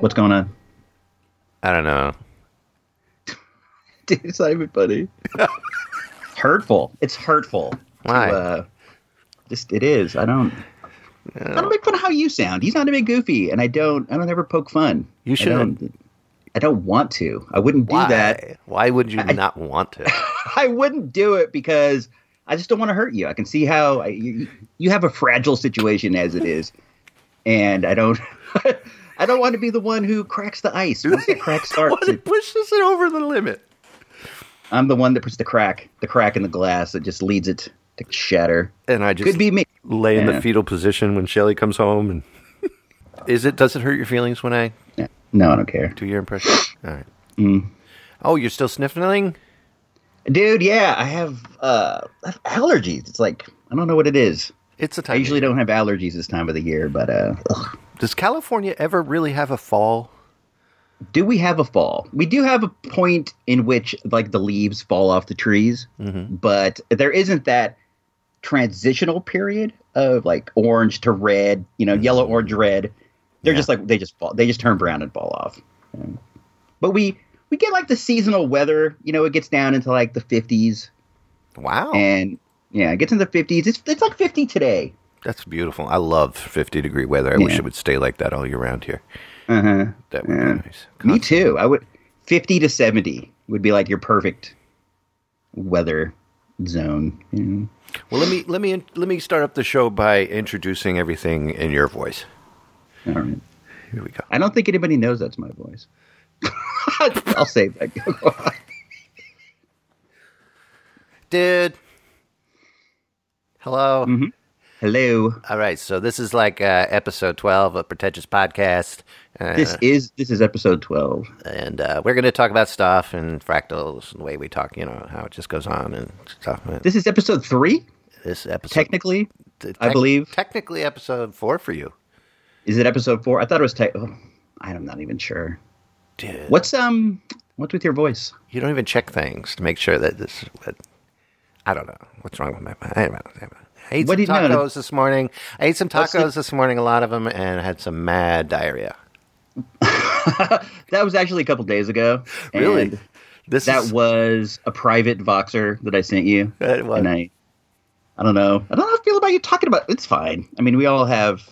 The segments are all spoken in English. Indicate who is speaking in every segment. Speaker 1: What's going on?
Speaker 2: I don't know.
Speaker 1: Dude, it's not even funny. hurtful. It's hurtful.
Speaker 2: Why?
Speaker 1: uh, just it is. I don't. I don't make fun of how you sound. You sound a bit goofy, and I don't. I don't ever poke fun.
Speaker 2: You
Speaker 1: I
Speaker 2: shouldn't.
Speaker 1: don't- I don't want to. I wouldn't do
Speaker 2: Why?
Speaker 1: that.
Speaker 2: Why would you not want to?
Speaker 1: I wouldn't do it because I just don't want to hurt you. I can see how I, you, you have a fragile situation as it is, and I don't. I don't want to be the one who cracks the ice. Once the crack starts,
Speaker 2: It
Speaker 1: it,
Speaker 2: pushes it over the limit.
Speaker 1: I'm the one that puts the crack, the crack in the glass that just leads it to shatter.
Speaker 2: And I just
Speaker 1: Could be me.
Speaker 2: lay in
Speaker 1: Yeah.
Speaker 2: the fetal position when Shelly comes home. And is it? Does it hurt your feelings when I
Speaker 1: Yeah. No, I don't care,
Speaker 2: do your impression? All right.
Speaker 1: Mm.
Speaker 2: Oh, you're still sniffling.
Speaker 1: dude. Yeah, I have uh I have allergies. It's like I don't know what it is.
Speaker 2: It's a time.
Speaker 1: I usually don't have allergies this time of the year, but uh, ugh.
Speaker 2: Does California ever really have a fall?
Speaker 1: do we have a fall? We do have a point in which like the leaves fall off the trees, but there isn't that transitional period of like orange to red, you know, yellow, orange, red. They're just like they just fall, they just turn brown and fall off. But we we get like the seasonal weather, you know, it gets down into like the fifties
Speaker 2: Wow,
Speaker 1: and yeah, it gets in the fifties. It's it's like fifty today.
Speaker 2: that's beautiful. I love 50 degree weather. I wish it would stay like that all year round here.
Speaker 1: Uh huh.
Speaker 2: That would
Speaker 1: Yeah.
Speaker 2: be nice.
Speaker 1: Me too. I would fifty to seventy would be like your perfect weather zone. you know.
Speaker 2: Well, let me let me let me start up the show by introducing everything in your voice.
Speaker 1: All right.
Speaker 2: Here we go.
Speaker 1: I don't think anybody knows that's my voice. I'll save that.
Speaker 2: Dude. Hello.
Speaker 1: Mm-hmm. Hello.
Speaker 2: All right, so this is like uh, episode 12 of Pretentious Podcast. Uh,
Speaker 1: This is this is episode twelve.
Speaker 2: and uh, we're going to talk about stuff and fractals and the way we talk, you know, how it just goes on and stuff. This,
Speaker 1: This is episode three,
Speaker 2: episode.
Speaker 1: technically.
Speaker 2: te-
Speaker 1: I believe.
Speaker 2: Technically, episode four for you.
Speaker 1: Is it episode four? I thought it was. Te- oh, I'm not even sure.
Speaker 2: Dude.
Speaker 1: What's um? What's with your voice?
Speaker 2: You don't even check things to make sure that this. That, I don't know what's wrong with my. I don't know. I don't know. I ate
Speaker 1: What
Speaker 2: some
Speaker 1: do you
Speaker 2: tacos
Speaker 1: know?
Speaker 2: this morning. I ate some
Speaker 1: What's the-
Speaker 2: tacos this morning, a lot of them, and I had some mad diarrhea.
Speaker 1: That was actually a couple days ago. and
Speaker 2: This
Speaker 1: That
Speaker 2: is-
Speaker 1: was a private Voxer that I sent you.
Speaker 2: It was.
Speaker 1: And I, I don't know. I don't know how I feel about you talking about. It's fine. I mean, we all have,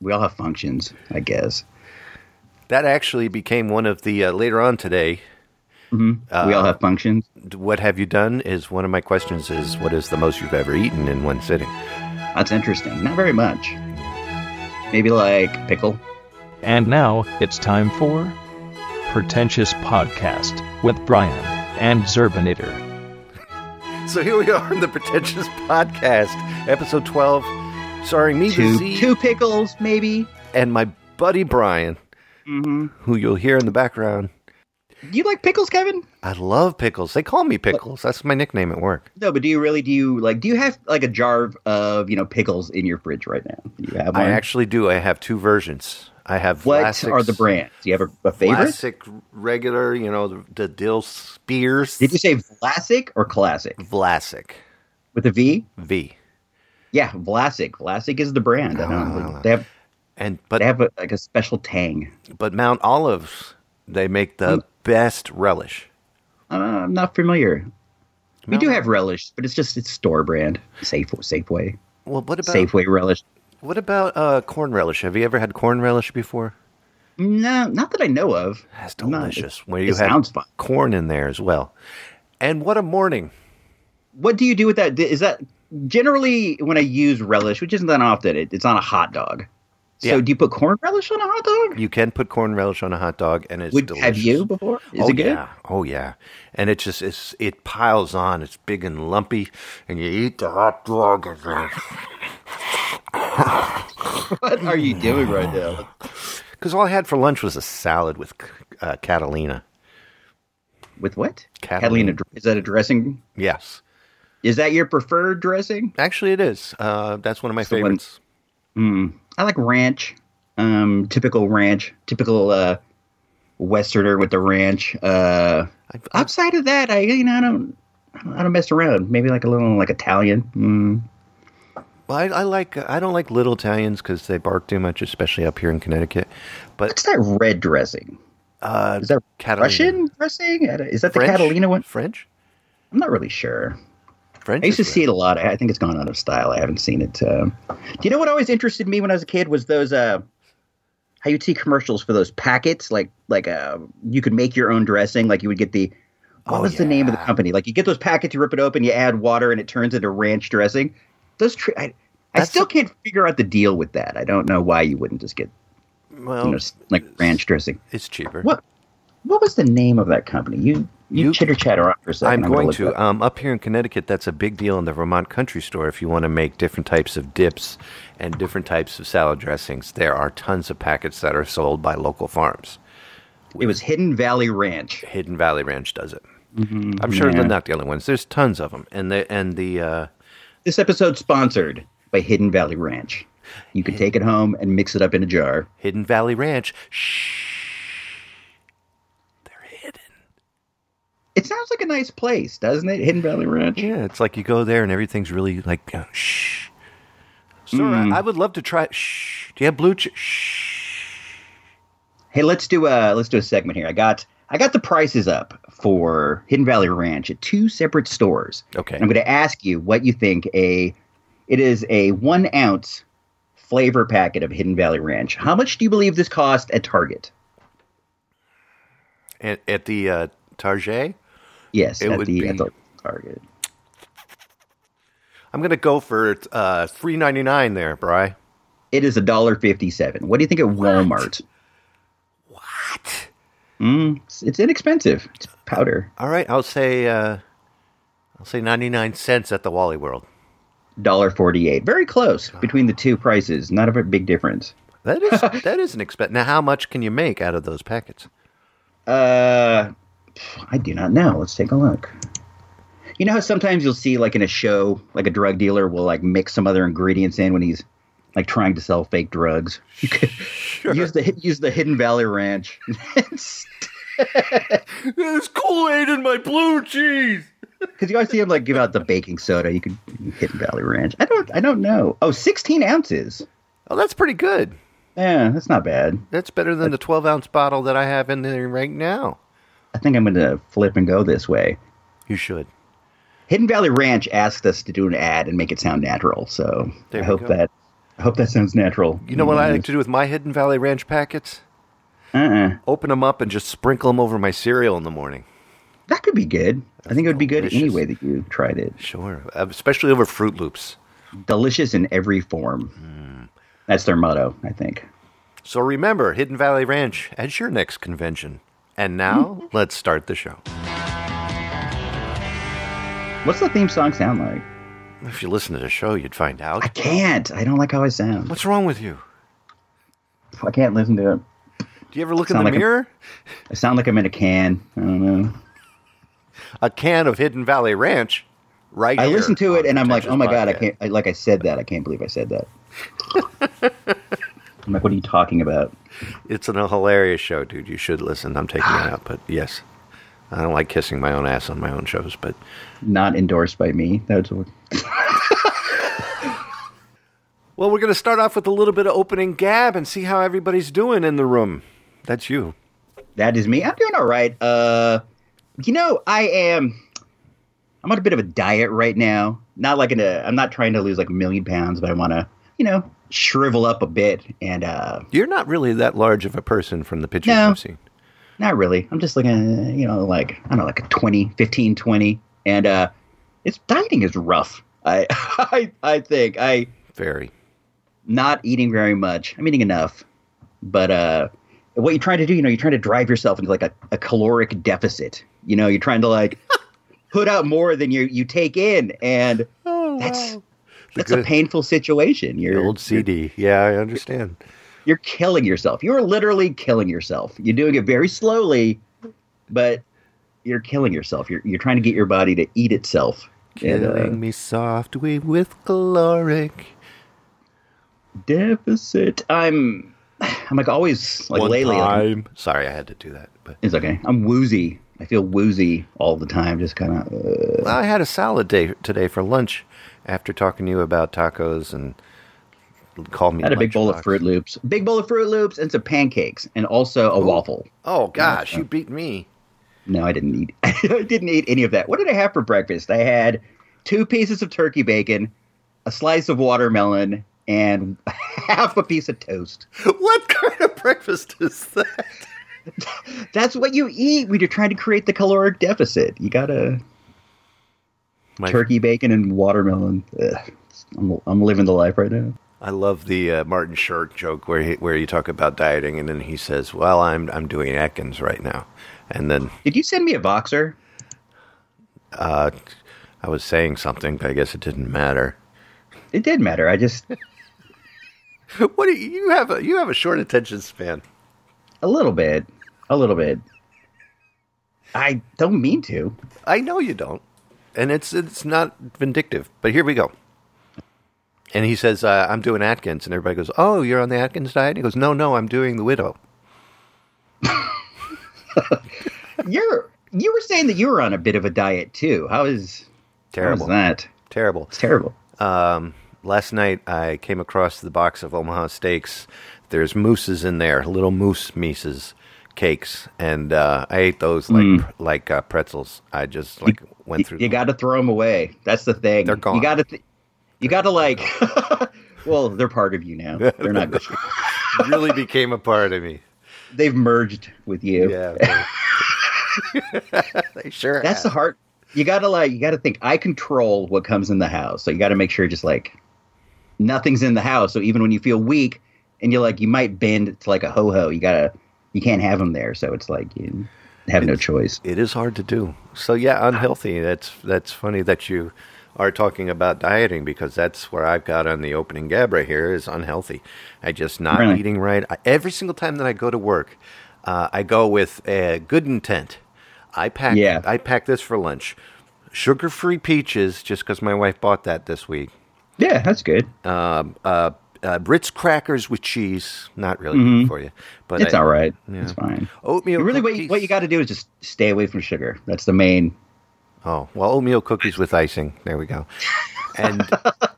Speaker 1: we all have functions, I guess.
Speaker 2: that actually became one of the uh, later on today.
Speaker 1: we all have functions.
Speaker 2: What have you done? Is one of my questions. Is what is the most you've ever eaten in one sitting?
Speaker 1: That's interesting. Not very much. Maybe like pickle.
Speaker 3: And now it's time for Pretentious Podcast with Brian and Zerbinator.
Speaker 2: So here we are in the pretentious podcast, episode twelve, starring me, the
Speaker 1: Two,
Speaker 2: Z,
Speaker 1: two pickles, maybe.
Speaker 2: and my buddy Brian,
Speaker 1: Mm-hmm.
Speaker 2: who you'll hear in the background.
Speaker 1: Do you like pickles, Kevin?
Speaker 2: I love pickles. They call me pickles. That's my nickname at work.
Speaker 1: No, but do you really? Do you like? Do you have like a jar of you know pickles in your fridge right now? Do you have one?
Speaker 2: I actually do. I have two versions. I have
Speaker 1: what
Speaker 2: Vlasics-
Speaker 1: are the brands? Do you have a, a favorite?
Speaker 2: Vlasic regular, you know, the, the dill spears.
Speaker 1: Did you say classic or classic
Speaker 2: Vlasic
Speaker 1: with a V?
Speaker 2: V?
Speaker 1: Yeah, Vlasic. Vlasic is the brand. I don't know. They have
Speaker 2: And
Speaker 1: they
Speaker 2: but
Speaker 1: have a, like a special tang.
Speaker 2: but Mount Olives, they make the
Speaker 1: Mm.
Speaker 2: best relish.
Speaker 1: Uh, I'm not familiar. We do
Speaker 2: No.
Speaker 1: have relish, but it's just it's store brand. Safe Safeway.
Speaker 2: Well, what about
Speaker 1: Safeway relish.
Speaker 2: what about uh, corn relish? Have you ever had corn relish before?
Speaker 1: No, not that I know of.
Speaker 2: That's
Speaker 1: I'm not-
Speaker 2: delicious.
Speaker 1: it-
Speaker 2: Where
Speaker 1: it
Speaker 2: you have
Speaker 1: sounds fun.
Speaker 2: corn in there as well. And what a morning!
Speaker 1: What do you do with that? Is that generally when I use relish, which isn't that often, it, it's on a hot dog. So
Speaker 2: Yeah.
Speaker 1: do you put corn relish on a hot dog?
Speaker 2: You can put corn relish on a hot dog, and it's
Speaker 1: Would
Speaker 2: delicious.
Speaker 1: have you before? Is
Speaker 2: oh
Speaker 1: it good?
Speaker 2: yeah, oh yeah, and it just it's it piles on. It's big and lumpy, and you eat the hot dog. And
Speaker 1: What are you doing right now?
Speaker 2: Because all I had for lunch was a salad with uh, Catalina.
Speaker 1: With what? Catalina.
Speaker 2: Catalina.
Speaker 1: dr- Is that a dressing?
Speaker 2: Yes,
Speaker 1: Is that your preferred dressing?
Speaker 2: actually it is. Uh, that's one of my
Speaker 1: the one-
Speaker 2: favorites.
Speaker 1: I like ranch, um, typical ranch, typical uh, Westerner with the ranch. Uh,
Speaker 2: I've- I've-
Speaker 1: outside of that, I you know I don't I don't mess around. Maybe like a little like Italian. Mm.
Speaker 2: Well, I, I like uh, I don't like little Italians because they bark too much, especially up here in Connecticut. But
Speaker 1: What's that red dressing?
Speaker 2: uh,
Speaker 1: Is that
Speaker 2: Catalina.
Speaker 1: Russian dressing? I don't- Is that the
Speaker 2: French?
Speaker 1: Catalina one?
Speaker 2: French,
Speaker 1: I'm not really sure.
Speaker 2: French.
Speaker 1: I used to
Speaker 2: is
Speaker 1: see
Speaker 2: good.
Speaker 1: it a lot. I I think it's gone out of style. I haven't seen it. Uh, do you know what always interested me when I was a kid was those uh, how you'd see commercials for those packets, like like uh, you could make your own dressing. Like you would get the what
Speaker 2: Oh,
Speaker 1: was the name of the
Speaker 2: yeah.
Speaker 1: company? Like you get those packets, you rip it open, you add water, and it turns into ranch dressing. Those tr- I, I
Speaker 2: That's
Speaker 1: still
Speaker 2: a-
Speaker 1: can't figure out the deal with that. I don't know why you wouldn't just get
Speaker 2: Well,
Speaker 1: you know s- like ranch dressing.
Speaker 2: it's cheaper.
Speaker 1: What what was the name of that company? You you,
Speaker 2: You-
Speaker 1: chitter chatter on for a 2nd
Speaker 2: I'm going to. Um, up here in Connecticut, that's a big deal in the Vermont Country Store. If you want to make different types of dips and different types of salad dressings, there are tons of packets that are sold by local farms.
Speaker 1: It was Hidden Valley Ranch.
Speaker 2: Hidden Valley Ranch does it.
Speaker 1: Mm-hmm.
Speaker 2: I'm sure they're not the only ones. There's tons of them, and the and the uh,
Speaker 1: This episode sponsored by Hidden Valley Ranch. You can take it home and mix it up in a jar.
Speaker 2: Hidden Valley Ranch. Shh, they're hidden.
Speaker 1: It sounds like a nice place, doesn't it? Hidden Valley Ranch.
Speaker 2: Yeah, it's like you go there and everything's really like uh, shh. Sir, I, I would love to try. Shh, do you have blue? Ch- shh.
Speaker 1: Hey, let's do a let's do a segment here. I got I got the prices up for Hidden Valley Ranch at two separate stores.
Speaker 2: Okay.
Speaker 1: And I'm going to ask you what you think a it is a one ounce flavor packet of Hidden Valley Ranch. How much do you believe this cost at Target?
Speaker 2: At, at the uh, Target,
Speaker 1: Yes,
Speaker 2: It
Speaker 1: at
Speaker 2: would
Speaker 1: the
Speaker 2: be-
Speaker 1: at the Target.
Speaker 2: I'm gonna go for uh, three ninety nine there, Bry.
Speaker 1: It is a dollar fifty seven. What do you think at Walmart?
Speaker 2: What?
Speaker 1: Mm, it's, it's inexpensive. It's powder.
Speaker 2: All right, I'll say uh, I'll say ninety nine cents at the Wally World.
Speaker 1: Dollar forty eight. Very close between the two prices. Not a very big difference.
Speaker 2: That is that is an expense. Now, how much can you make out of those packets?
Speaker 1: Uh, I do not know. Let's take a look. You know how sometimes you'll see like in a show, like a drug dealer will like mix some other ingredients in when he's like trying to sell fake drugs. You could use the use the Hidden Valley Ranch. Because
Speaker 2: There's Kool Aid in my blue cheese.
Speaker 1: you always see him like give out the baking soda. You could Hidden Valley Ranch. I don't I don't know. Oh, 16 ounces.
Speaker 2: Oh, that's pretty good.
Speaker 1: Yeah, that's not bad.
Speaker 2: That's better than the twelve ounce bottle that I have in there right now.
Speaker 1: I think I'm going to flip and go this way.
Speaker 2: You should.
Speaker 1: Hidden Valley Ranch asked us to do an ad and make it sound natural. So
Speaker 2: There
Speaker 1: I
Speaker 2: we
Speaker 1: hope
Speaker 2: go.
Speaker 1: that I hope that sounds natural.
Speaker 2: You know what I like to do with my Hidden Valley Ranch packets?
Speaker 1: Uh-uh.
Speaker 2: Open them up and just sprinkle them over my cereal in the morning.
Speaker 1: That could be good. I think it would be good
Speaker 2: delicious.
Speaker 1: any way that you tried it.
Speaker 2: Sure, Uh, especially over Fruit Loops.
Speaker 1: Delicious in every form.
Speaker 2: Mm.
Speaker 1: That's their motto, I think.
Speaker 2: So remember, Hidden Valley Ranch at your next convention. And now, let's start the show.
Speaker 1: What's the theme song sound like?
Speaker 2: If you listen to the show, you'd find
Speaker 1: I
Speaker 2: out.
Speaker 1: can't. I don't like how I sound.
Speaker 2: What's wrong with you?
Speaker 1: I can't listen to it.
Speaker 2: Do you ever look in the
Speaker 1: Sound like a-
Speaker 2: mirror?
Speaker 1: I sound like I'm in a can. I don't know.
Speaker 2: A can of Hidden Valley Ranch, right
Speaker 1: I
Speaker 2: here
Speaker 1: listen to it
Speaker 2: on
Speaker 1: and I'm like,
Speaker 2: Pretentious
Speaker 1: oh my god, I
Speaker 2: Podcast.
Speaker 1: can't. I, like I said that, I can't believe I said that. I'm like, what are you talking about?
Speaker 2: It's an, a hilarious show, dude. You should listen. I'm taking it out, but yes. I don't like kissing my own ass on my own shows, but
Speaker 1: Not endorsed by me. That's what.
Speaker 2: well, we're going to start off with a little bit of opening gab and see how everybody's doing in the room. That's you.
Speaker 1: That is me. I'm doing all right. Uh, you know, I am. I'm on a bit of a diet right now. Not like in a. I'm not trying to lose like a million pounds, but I want to, you know, shrivel up a bit. And uh,
Speaker 2: You're not really that large of a person from the pictures
Speaker 1: No.
Speaker 2: I've seen.
Speaker 1: not really. I'm just looking, uh, you know, like I don't know, like a 20, 15, 20. And uh, it's dieting is rough. I, I, I think I
Speaker 2: Very.
Speaker 1: not eating very much. I'm eating enough, but uh, what you're trying to do, you know, you're trying to drive yourself into like a, a caloric deficit. You know, you're trying to like put out more than you you take in, and
Speaker 2: Oh,
Speaker 1: That's- wow.
Speaker 2: The
Speaker 1: that's a
Speaker 2: good-
Speaker 1: painful situation.
Speaker 2: The
Speaker 1: You're
Speaker 2: old CD. Yeah, I understand.
Speaker 1: you're killing yourself. You're literally killing yourself. You're doing it very slowly, but you're killing yourself. You're you're trying to get your body to eat itself. And, uh,
Speaker 2: Killing me softly with caloric.
Speaker 1: deficit. I'm I'm like always like lately. Like,
Speaker 2: Sorry, I had to do that. But
Speaker 1: it's okay. I'm woozy I feel woozy all the time, just kind of. Uh,
Speaker 2: I had a salad day today for lunch after talking to you about tacos and called me
Speaker 1: had a big bowl
Speaker 2: lunchbox.
Speaker 1: of Fruit Loops, big bowl of Fruit Loops, and some pancakes, and also a waffle.
Speaker 2: Oh gosh, you beat me.
Speaker 1: No, I didn't eat. I didn't eat any of that. What did I have for breakfast? I had two pieces of turkey bacon, a slice of watermelon, and half a piece of toast.
Speaker 2: What kind of breakfast is that?
Speaker 1: That's what you eat when you're trying to create the caloric deficit. You gotta
Speaker 2: My,
Speaker 1: turkey bacon and watermelon. Ugh. I'm, I'm living the life right now.
Speaker 2: I love the uh, Martin Short joke where he, where you talk about dieting and then he says, "Well, I'm I'm doing Atkins right now," and then
Speaker 1: Did you send me a boxer?
Speaker 2: uh, I was saying something, but I guess it didn't matter.
Speaker 1: It did matter. I just
Speaker 2: What do you, you have? A, you have a short attention span.
Speaker 1: a little bit, a little bit. I don't mean to.
Speaker 2: I know you don't, and it's it's not vindictive. But here we go. And he says, uh, "I'm doing Atkins," and everybody goes, "Oh, you're on the Atkins diet?" He goes, "No, no, I'm doing the widow."
Speaker 1: You're you were saying that you were on a bit of a diet too. How is
Speaker 2: Terrible,
Speaker 1: How is that?
Speaker 2: terrible.
Speaker 1: It's terrible.
Speaker 2: Um, last night I came across the box of Omaha steaks. There's mooses in there, little moose mises cakes, and uh, I ate those like like uh, pretzels. I just like went through.
Speaker 1: Hmm. You
Speaker 2: them.
Speaker 1: got to throw them away. That's the thing.
Speaker 2: They're gone.
Speaker 1: You got to. Th- you got to like. well, they're part of you now. They're not.
Speaker 2: really became a part of me.
Speaker 1: They've merged with you.
Speaker 2: Yeah, they sure.
Speaker 1: That's the hard. You gotta like. You gotta think. I control what comes in the house, so you gotta make sure just like nothing's in the house. So even when you feel weak and you're like you might bend to like a ho ho, you gotta. You can't have them there, so it's like you have no choice.
Speaker 2: It is hard to do. So yeah, unhealthy. That's that's funny that you are talking about dieting because that's where I've got on the opening gab right here is unhealthy. I just not
Speaker 1: Really?
Speaker 2: eating right. I, every single time that I go to work, uh, I go with a good intent. I pack.
Speaker 1: Yeah.
Speaker 2: I pack this for lunch. Sugar-free peaches, just because my wife bought that this week.
Speaker 1: Yeah, that's good.
Speaker 2: Um, uh, uh, Ritz crackers with cheese. Not really good for you, but
Speaker 1: Mm-hmm. it's
Speaker 2: I-
Speaker 1: all right.
Speaker 2: yeah.
Speaker 1: It's fine.
Speaker 2: Oatmeal.
Speaker 1: really, what you,
Speaker 2: cookies.
Speaker 1: what you got to do is just stay away from sugar. That's the main.
Speaker 2: Oh well, oatmeal cookies with icing. There we go, and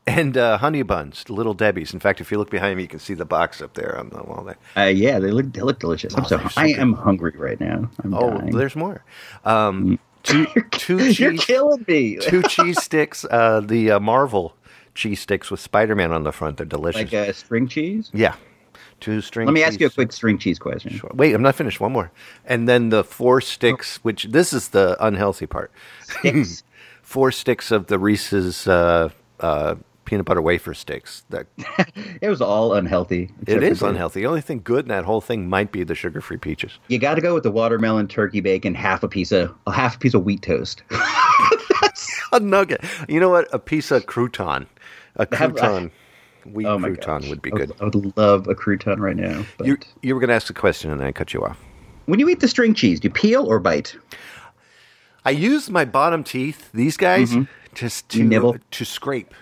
Speaker 2: and uh, honey buns, little Debbie's. In fact, if you look behind me, you can see the box up there on the wall. There.
Speaker 1: Uh, yeah, they look they look delicious. I'm so,
Speaker 2: they're so
Speaker 1: I
Speaker 2: good.
Speaker 1: am hungry right now. I'm
Speaker 2: Oh,
Speaker 1: dying.
Speaker 2: there's more. Um, two two
Speaker 1: You're
Speaker 2: cheese
Speaker 1: killing me.
Speaker 2: two cheese sticks. Uh, the uh, Marvel cheese sticks with Spider Man on the front. They're delicious.
Speaker 1: Like uh, string cheese.
Speaker 2: yeah, two string.
Speaker 1: Let me ask you a
Speaker 2: cheese-
Speaker 1: quick string cheese question.
Speaker 2: Wait, I'm not finished. One more, and then the four sticks.
Speaker 1: Oh.
Speaker 2: Which this is the unhealthy part.
Speaker 1: Sticks.
Speaker 2: Four sticks of the Reese's uh, uh, peanut butter wafer sticks. That
Speaker 1: It was all unhealthy.
Speaker 2: It
Speaker 1: except
Speaker 2: is
Speaker 1: for the-
Speaker 2: unhealthy. The only thing good in that whole thing might be the sugar-free peaches.
Speaker 1: You got to go with the watermelon, turkey bacon, half a piece of a half a piece of wheat toast.
Speaker 2: A nugget. You know what? A piece of crouton. A
Speaker 1: Have-
Speaker 2: crouton. Wheat
Speaker 1: Oh my
Speaker 2: crouton
Speaker 1: gosh.
Speaker 2: would be
Speaker 1: I would-
Speaker 2: good.
Speaker 1: I would love a crouton right now. But
Speaker 2: You, you were going to ask a question, and I cut you off.
Speaker 1: when you eat the string cheese, do you peel or bite?
Speaker 2: I use my bottom teeth, these guys, just to
Speaker 1: Mm-hmm. You nibble?
Speaker 2: to scrape.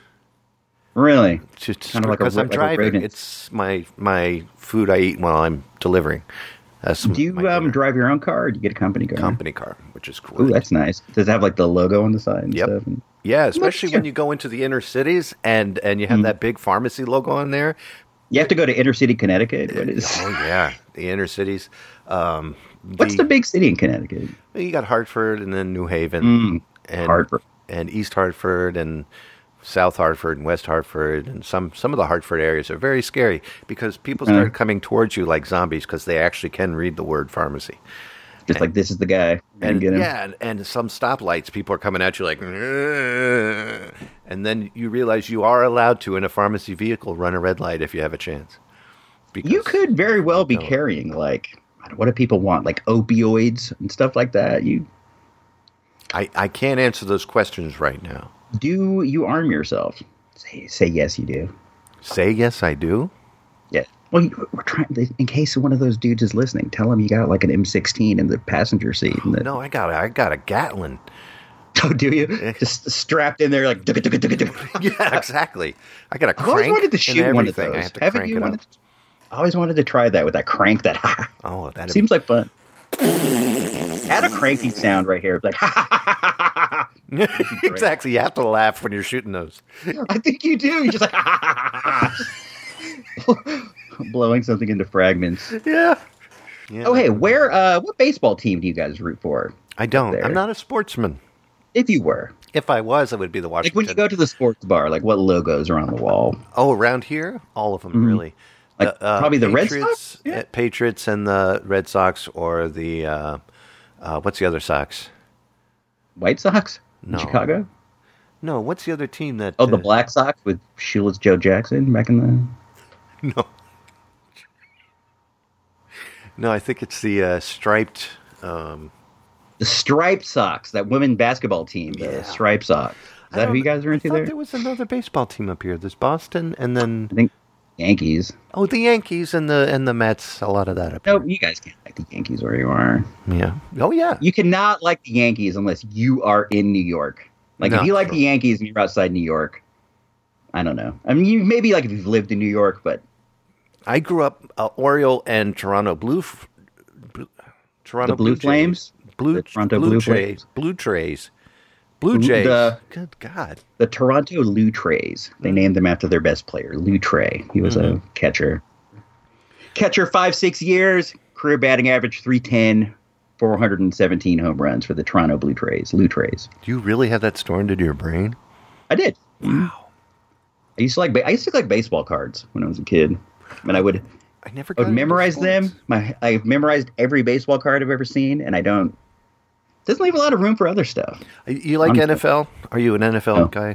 Speaker 1: Really?
Speaker 2: To,
Speaker 1: Kinda like a
Speaker 2: because
Speaker 1: ra-
Speaker 2: I'm
Speaker 1: like a
Speaker 2: driving.
Speaker 1: rodent.
Speaker 2: it's my my food I eat while I'm delivering. That's
Speaker 1: Do you
Speaker 2: my
Speaker 1: um,
Speaker 2: dinner.
Speaker 1: drive your own car? or Do you get a company car?
Speaker 2: company car, which is great.
Speaker 1: Ooh, that's nice. Does it have like the logo on the side? And
Speaker 2: Yep.
Speaker 1: stuff? And-
Speaker 2: yeah, especially
Speaker 1: sure.
Speaker 2: when you go into the inner cities and and you have
Speaker 1: Mm-hmm.
Speaker 2: that big pharmacy logo on there.
Speaker 1: You have to go to inner city Connecticut. What is?
Speaker 2: Oh yeah, the inner cities. Um,
Speaker 1: What's the big city in Connecticut?
Speaker 2: You got Hartford and then New Haven
Speaker 1: Mm,
Speaker 2: and
Speaker 1: Hartford.
Speaker 2: and East Hartford and South Hartford and West Hartford and some some of the Hartford areas are very scary because people start
Speaker 1: Mm.
Speaker 2: coming towards you like zombies because they actually can read the word pharmacy.
Speaker 1: Just like this is the guy. And
Speaker 2: And
Speaker 1: get him.
Speaker 2: yeah, and, and some stoplights, people are coming at you like, "Grrr." and then you realize you are allowed to in a pharmacy vehicle run a red light if you have a chance. Because
Speaker 1: You could very well be carrying like I don't- what do people want? Like opioids and stuff like that. You
Speaker 2: I, I can't answer those questions right now.
Speaker 1: do you arm yourself? Say say yes, you do.
Speaker 2: Say yes, I do.
Speaker 1: Yeah. Well, you, we're trying in case one of those dudes is listening. Tell him you got like an M16 in the passenger seat. And the,
Speaker 2: No, I got a, I got a Gatlin.
Speaker 1: Oh, do you? Just strapped in there like. "Dugga, dugga, dugga, dugga."
Speaker 2: Yeah, exactly. I got a
Speaker 1: I've always
Speaker 2: crank.
Speaker 1: wanted to
Speaker 2: and
Speaker 1: shoot one of
Speaker 2: everything.
Speaker 1: those.
Speaker 2: I have to
Speaker 1: Haven't
Speaker 2: crank
Speaker 1: you
Speaker 2: it up.
Speaker 1: wanted to- I always wanted to try that with that crank. That
Speaker 2: Oh, that
Speaker 1: seems like fun. Had a cranky sound right here. Like,
Speaker 2: exactly. You have to laugh when you're shooting those.
Speaker 1: I think you do. You're just like, blowing something into fragments.
Speaker 2: Yeah. yeah.
Speaker 1: Oh, hey, where, uh, what baseball team do you guys root for?
Speaker 2: I don't.
Speaker 1: There.
Speaker 2: I'm not a sportsman.
Speaker 1: If you were,
Speaker 2: If I was, I would be the
Speaker 1: like
Speaker 2: Washington.
Speaker 1: when you go to the sports bar, like what logos are on the wall?
Speaker 2: Oh, around here, all of them really.
Speaker 1: Mm-hmm.
Speaker 2: uh,
Speaker 1: Like, probably the Red Sox?
Speaker 2: Patriots, uh, Patriots and the Red Sox, or the uh, uh, what's the other Sox?
Speaker 1: White Sox? in
Speaker 2: No.
Speaker 1: Chicago?
Speaker 2: No, what's the other team that?
Speaker 1: Oh, the
Speaker 2: uh,
Speaker 1: Black Sox with shoeless Joe Jackson back in the.
Speaker 2: No, no, I think it's the uh, striped. Um,
Speaker 1: The Striped Sox, that women basketball team, the
Speaker 2: Yeah.
Speaker 1: Striped Sox. Is
Speaker 2: I
Speaker 1: that who
Speaker 2: don't-
Speaker 1: you guys are
Speaker 2: I
Speaker 1: into
Speaker 2: thought
Speaker 1: there?
Speaker 2: there was another baseball team up here. There's Boston, and then
Speaker 1: I think Yankees.
Speaker 2: oh, the Yankees and the and the Mets. A lot of that up
Speaker 1: No, you guys can't like the Yankees where you are.
Speaker 2: here. Yeah. Oh yeah.
Speaker 1: You cannot like the Yankees unless you are in New York. Like
Speaker 2: No,
Speaker 1: if you like
Speaker 2: true.
Speaker 1: the Yankees and you're outside New York, I don't know. I mean, you maybe like if you've lived in New York, but
Speaker 2: I grew up uh, Oriole and Toronto Blue, f- Blue- Toronto
Speaker 1: The Blue
Speaker 2: Jays.
Speaker 1: Flames?
Speaker 2: Blue
Speaker 1: The Toronto
Speaker 2: Blue,
Speaker 1: Blue
Speaker 2: Jays,
Speaker 1: Flames?
Speaker 2: Blue Jays, Blue
Speaker 1: Blue-
Speaker 2: Jays.
Speaker 1: the-
Speaker 2: Good God!
Speaker 1: the Toronto Lou Trays. They named them after their best player, Lou Tray. He was a catcher. Catcher five, six years, career batting average 310, 417 home runs for the Toronto Blue Trays, Lou Trays.
Speaker 2: Do you really have that stored into your brain?
Speaker 1: I did. Wow. I used to like ba- I used to collect baseball cards when I was a kid. And I would
Speaker 2: I never.
Speaker 1: I would
Speaker 2: Got into
Speaker 1: Oh, memorize
Speaker 2: sports.
Speaker 1: them. My I've memorized every baseball card I've ever seen and I don't doesn't leave a lot of room for other stuff,
Speaker 2: Uh, You like
Speaker 1: I'm-
Speaker 2: NFL? Are you an NFL
Speaker 1: No.
Speaker 2: guy?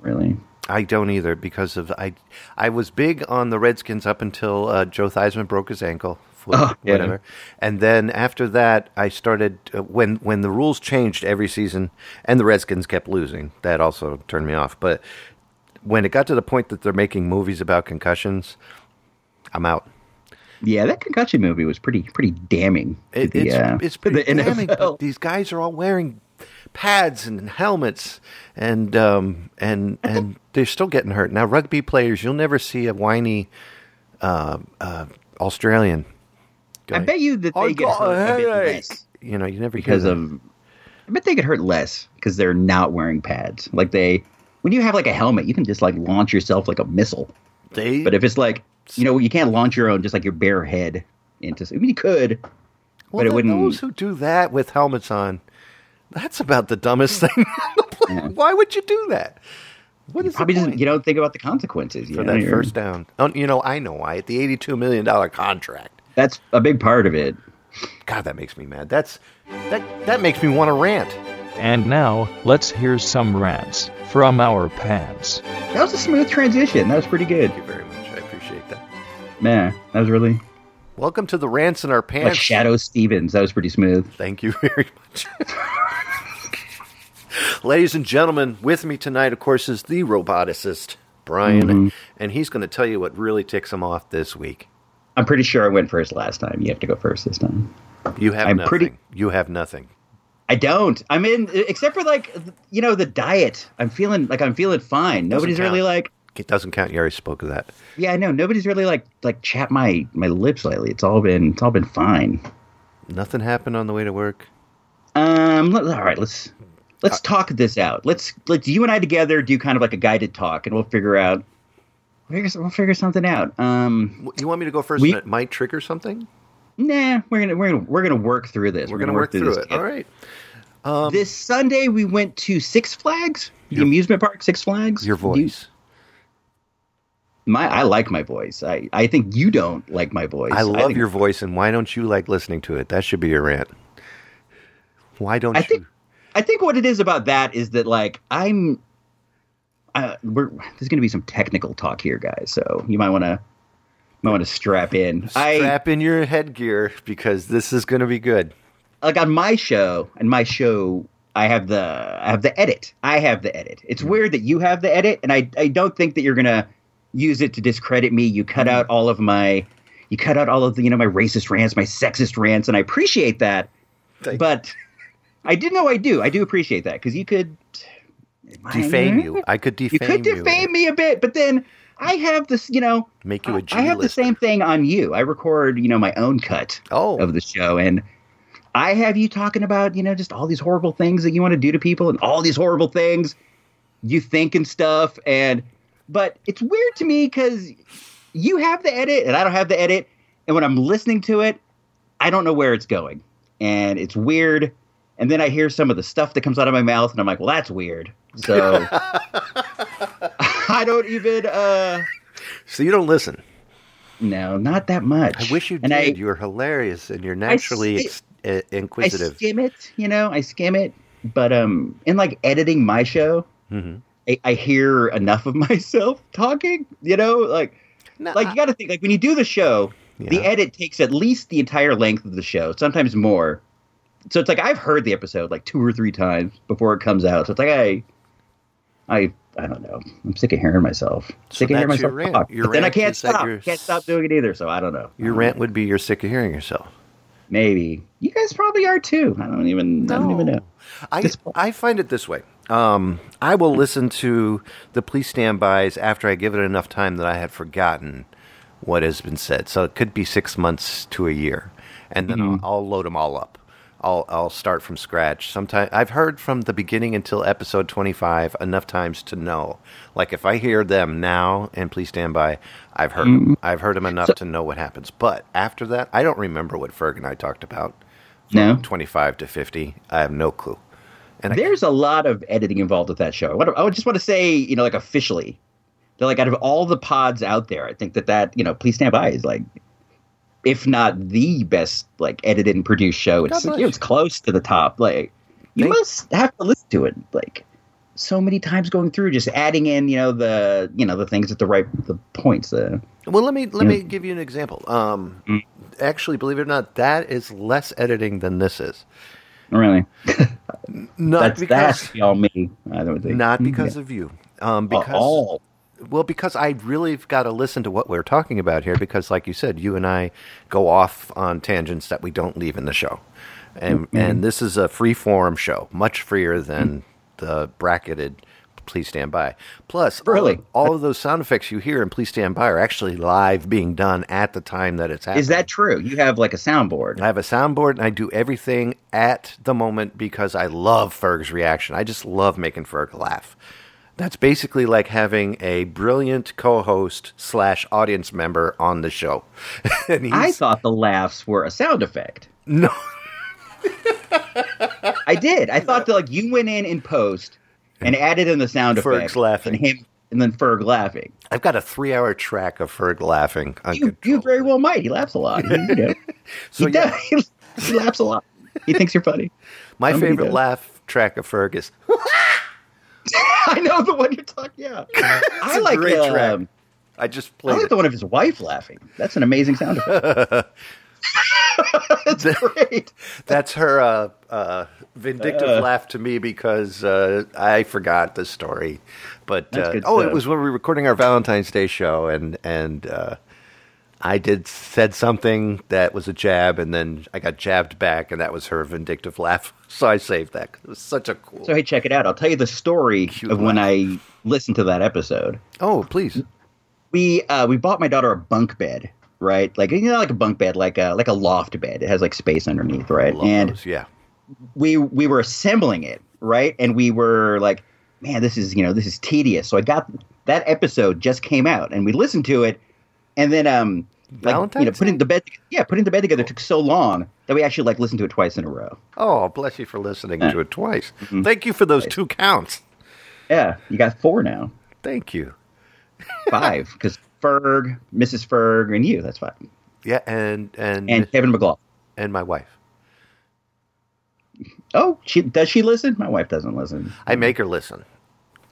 Speaker 1: really.
Speaker 2: I don't either because of I. I was big on the Redskins up until uh, Joe Theismann broke his ankle, fl-
Speaker 1: Oh, yeah.
Speaker 2: whatever, and then after that, I started uh, when when the rules changed every season, and the Redskins kept losing. That also turned me off. But when it got to the point that they're making movies about concussions, I'm out.
Speaker 1: Yeah, that concussion movie was pretty pretty damning. to
Speaker 2: It,
Speaker 1: the,
Speaker 2: it's
Speaker 1: uh,
Speaker 2: it's
Speaker 1: to
Speaker 2: pretty
Speaker 1: the
Speaker 2: damning,
Speaker 1: NFL.
Speaker 2: but these guys are all wearing pads and helmets and um and and they're still getting hurt. Now rugby players, you'll never see a whiny uh, uh, Australian.
Speaker 1: I
Speaker 2: guy,
Speaker 1: bet you that they
Speaker 2: "I
Speaker 1: get
Speaker 2: got a
Speaker 1: hurt a bit
Speaker 2: headache."
Speaker 1: less
Speaker 2: You know, you never
Speaker 1: because
Speaker 2: hear that.
Speaker 1: of. I bet they get hurt less because they're not wearing pads. Like they, when you have like a helmet, you can just like launch yourself like a missile.
Speaker 2: they
Speaker 1: But if it's like, you know, you can't launch your own just like your bare head into. I mean, you could.
Speaker 2: well,
Speaker 1: but it
Speaker 2: then
Speaker 1: wouldn't-
Speaker 2: those who do that with helmets on, that's about the dumbest thing. on the planet. Why would you do that? What is the
Speaker 1: Probably
Speaker 2: point?
Speaker 1: just you don't think about the conseconsequences. You
Speaker 2: for
Speaker 1: know?
Speaker 2: that
Speaker 1: You're-
Speaker 2: first down. Oh, you know, I know why. The eighty-two million dollar contract.
Speaker 1: That's a big part of it.
Speaker 2: God, that makes me mad. That's that that makes me want to rant.
Speaker 3: And now, let's hear some rants from our pants.
Speaker 1: That was a smooth transition. That was pretty good.
Speaker 2: Thank you very much. I appreciate that.
Speaker 1: Man, that was really
Speaker 2: Welcome to the rants in our pants.
Speaker 1: like Shadow Stevens. That was pretty smooth.
Speaker 2: Thank you very much. Ladies and gentlemen, with me tonight, of course, is the roboticist, Brian,
Speaker 1: Mm-hmm.
Speaker 2: and he's going to tell you what really ticks him off this week.
Speaker 1: I'm pretty sure I went first last time. You have to go first this time.
Speaker 2: You have
Speaker 1: I'm
Speaker 2: nothing.
Speaker 1: pretty-
Speaker 2: You have nothing.
Speaker 1: I don't. I'm in, except for like, you know, the diet. I'm feeling like I'm feeling fine. Nobody's really
Speaker 2: count.
Speaker 1: like,
Speaker 2: It doesn't count. You already spoke of that.
Speaker 1: yeah, I know. Nobody's really like, like chap my my lips lately. It's all been, it's all been fine.
Speaker 2: Nothing happened on the way to work.
Speaker 1: Um, let- all right, let's
Speaker 2: Uh,
Speaker 1: let's talk this out. Let's let's you and I together do kind of like a guided talk, and we'll figure out. We'll figure, we'll figure something out. Um,
Speaker 2: W- You want me to go first?
Speaker 1: We-
Speaker 2: and it might trigger something.
Speaker 1: nah, we're gonna we're gonna we're gonna work through this.
Speaker 2: We're, going to work through,
Speaker 1: this
Speaker 2: it. All right. Um,
Speaker 1: This Sunday we went to Six Flags, the
Speaker 2: Your-
Speaker 1: amusement park, Six Flags.
Speaker 2: Your
Speaker 1: You-
Speaker 2: voice.
Speaker 1: my I like my voice. I I think you don't like my voice.
Speaker 2: I love
Speaker 1: think-
Speaker 2: your voice, and why don't you like listening to it? That should be your rant. Why don't
Speaker 1: I
Speaker 2: you?
Speaker 1: think I think what it is about that is that like I'm. Uh, we're there's going to be some technical talk here, guys. So you might want to might want to strap in.
Speaker 2: Strap in your headgear because this is going to be good.
Speaker 1: I like on my show and my show. I have the I have the edit. I have the edit. It's weird that you have the edit, and I I don't think that you're gonna use it to discredit me. You
Speaker 2: Mm-hmm.
Speaker 1: cut out all of my, you cut out all of the you know my racist rants, my sexist rants, and I appreciate that.
Speaker 2: Thank-
Speaker 1: but I did know I do. I do appreciate that because you could
Speaker 2: defame you. I could defame
Speaker 1: You could defame me a bit, but then I have this, you know,
Speaker 2: Make you a
Speaker 1: I have the
Speaker 2: G-lister.
Speaker 1: same thing on you. I record, you know, my own cut
Speaker 2: Oh.
Speaker 1: of the show, and I have you talking about, you know, just all these horrible things that you want to do to people and all these horrible things you think and stuff. And, but it's weird to me because you have the edit and I don't have the edit. And when I'm listening to it, I don't know where it's going. And it's weird. And then I hear some of the stuff that comes out of my mouth and I'm like, well, that's weird. So I don't even, uh,
Speaker 2: So you don't listen.
Speaker 1: no, not that much.
Speaker 2: I wish you
Speaker 1: And
Speaker 2: did.
Speaker 1: I-
Speaker 2: You're hilarious, and you're naturally ex- uh,
Speaker 1: I
Speaker 2: inquisitive.
Speaker 1: skim it, you know, I skim it, but um, in like editing my show,
Speaker 2: Mhm.
Speaker 1: I, I hear enough of myself talking, you know, like
Speaker 2: No,
Speaker 1: like
Speaker 2: I-
Speaker 1: you got to think like when you do the show, the
Speaker 2: Yeah.
Speaker 1: edit takes at least the entire length of the show, sometimes more. So it's like I've heard the episode like two or three times before it comes out. So it's like I, I, I don't know. I'm sick of hearing myself.
Speaker 2: So
Speaker 1: sick of hearing
Speaker 2: that's your
Speaker 1: myself
Speaker 2: rant.
Speaker 1: talk.
Speaker 2: Your
Speaker 1: But then I
Speaker 2: rant
Speaker 1: can't
Speaker 2: is that
Speaker 1: stop.
Speaker 2: you're-
Speaker 1: Can't stop doing it either. So I don't know.
Speaker 2: your rant would be you're sick of hearing yourself.
Speaker 1: Maybe you guys probably are too. I don't even. I don't even know.
Speaker 2: I,
Speaker 1: This-
Speaker 2: I find it this way. Um, I will listen to the police standbys after I give it enough time that I have forgotten what has been said. So it could be six months to a year, and then
Speaker 1: Mm-hmm.
Speaker 2: I'll, I'll load them all up. I'll I'll start from scratch. Sometimes I've heard from the beginning until episode twenty five enough times to know. Like if I hear them now and please stand by, I've heard
Speaker 1: Mm-hmm.
Speaker 2: 'em. I've heard them enough to know what happens. But after that, I don't remember what Ferg and I talked about.
Speaker 1: No?
Speaker 2: 25 to 50. I have no clue. And I,
Speaker 1: There's a lot of editing involved with that show. I wanna- I would just want to say, you know, like officially, that like out of all the pods out there, I think that that you know, please stand by is like, if not the best like edited and produced show. It's
Speaker 2: God bless
Speaker 1: you know, it's close to the top. Like you
Speaker 2: Thank-
Speaker 1: must have to listen to it like so many times going through, just adding in you know the you know the things at the right the points. Uh,
Speaker 2: well, let me let
Speaker 1: Yeah. Mm.
Speaker 2: me give you an example. Um, Actually, believe it or not, that is less editing than this is.
Speaker 1: really,
Speaker 2: Not
Speaker 1: that's
Speaker 2: because
Speaker 1: that's all me. I don't think
Speaker 2: not because of you. Um,
Speaker 1: Yeah.
Speaker 2: because
Speaker 1: all.
Speaker 2: well, because I really've got to listen to what we're talking about here. Because, like you said, you and I go off on tangents that we don't leave in the show, and and this is a free form show, much freer than the bracketed. Please stand by. Plus, all-
Speaker 1: Really?
Speaker 2: all of those sound effects you hear in "Please Stand By" are actually live, being done at the time that it's happening.
Speaker 1: Is that true? You have like a soundboard.
Speaker 2: I have a soundboard and I do everything at the moment because I love Ferg's reaction. I just love making Ferg laugh. That's basically like having a brilliant co-host slash audience member on the show. and he's,
Speaker 1: I thought the laughs were a sound effect.
Speaker 2: no,
Speaker 1: I did. I thought that like you went in in post and added in the sound
Speaker 2: Ferg's
Speaker 1: effect
Speaker 2: laughing.
Speaker 1: and him and then Ferg laughing.
Speaker 2: I've got a three-hour track of Ferg laughing.
Speaker 1: You, you
Speaker 2: uncontrollably.
Speaker 1: very well might. He laughs a lot. You know.
Speaker 2: So,
Speaker 1: he
Speaker 2: yeah.
Speaker 1: does. he laughs a lot. He thinks you're funny.
Speaker 2: My
Speaker 1: somebody
Speaker 2: favorite
Speaker 1: does.
Speaker 2: laugh track of Ferg is
Speaker 1: I know the one you're talking. Yeah, I
Speaker 2: a
Speaker 1: like
Speaker 2: great
Speaker 1: the,
Speaker 2: track.
Speaker 1: um,
Speaker 2: I just
Speaker 1: I
Speaker 2: played
Speaker 1: like
Speaker 2: it.
Speaker 1: the one of his wife laughing. That's an amazing sound effect. That's great.
Speaker 2: That's her uh, uh, vindictive
Speaker 1: Uh.
Speaker 2: laugh to me because uh, I forgot the story. But
Speaker 1: That's
Speaker 2: uh,
Speaker 1: good
Speaker 2: oh, it
Speaker 1: stuff.
Speaker 2: was when we were recording our Valentine's Day show, and and uh, I did said something that was a jab, and then I got jabbed back, and that was her vindictive laugh. So I saved that. 'cause It was such a cool.
Speaker 1: So hey, check it out. I'll tell you the story
Speaker 2: Cute
Speaker 1: of when I listened to that episode.
Speaker 2: oh, please.
Speaker 1: we uh, we bought my daughter a bunk bed, right? Like you know, like a bunk bed, like a like a loft bed. It has like space underneath, right?
Speaker 2: Love
Speaker 1: and
Speaker 2: those. Yeah.
Speaker 1: we we were assembling it, right? And we were like, man, this is you know this is tedious. So I got that episode just came out, and we listened to it, and then um. Like, you know,
Speaker 2: Valentine's
Speaker 1: putting the bed, yeah, putting the bed together took so long that we actually like listened to it twice in a row.
Speaker 2: Oh, bless you for listening to it twice.
Speaker 1: Mm-hmm.
Speaker 2: Thank you for those two counts.
Speaker 1: Yeah, you got four now,
Speaker 2: Thank you.
Speaker 1: five because Ferg, Mrs. Ferg, and you. That's five,
Speaker 2: Yeah, and and
Speaker 1: and
Speaker 2: and,
Speaker 1: Kevin McLaughlin.
Speaker 2: my wife.
Speaker 1: Oh, she does she listen? My wife doesn't listen.
Speaker 2: I make her listen.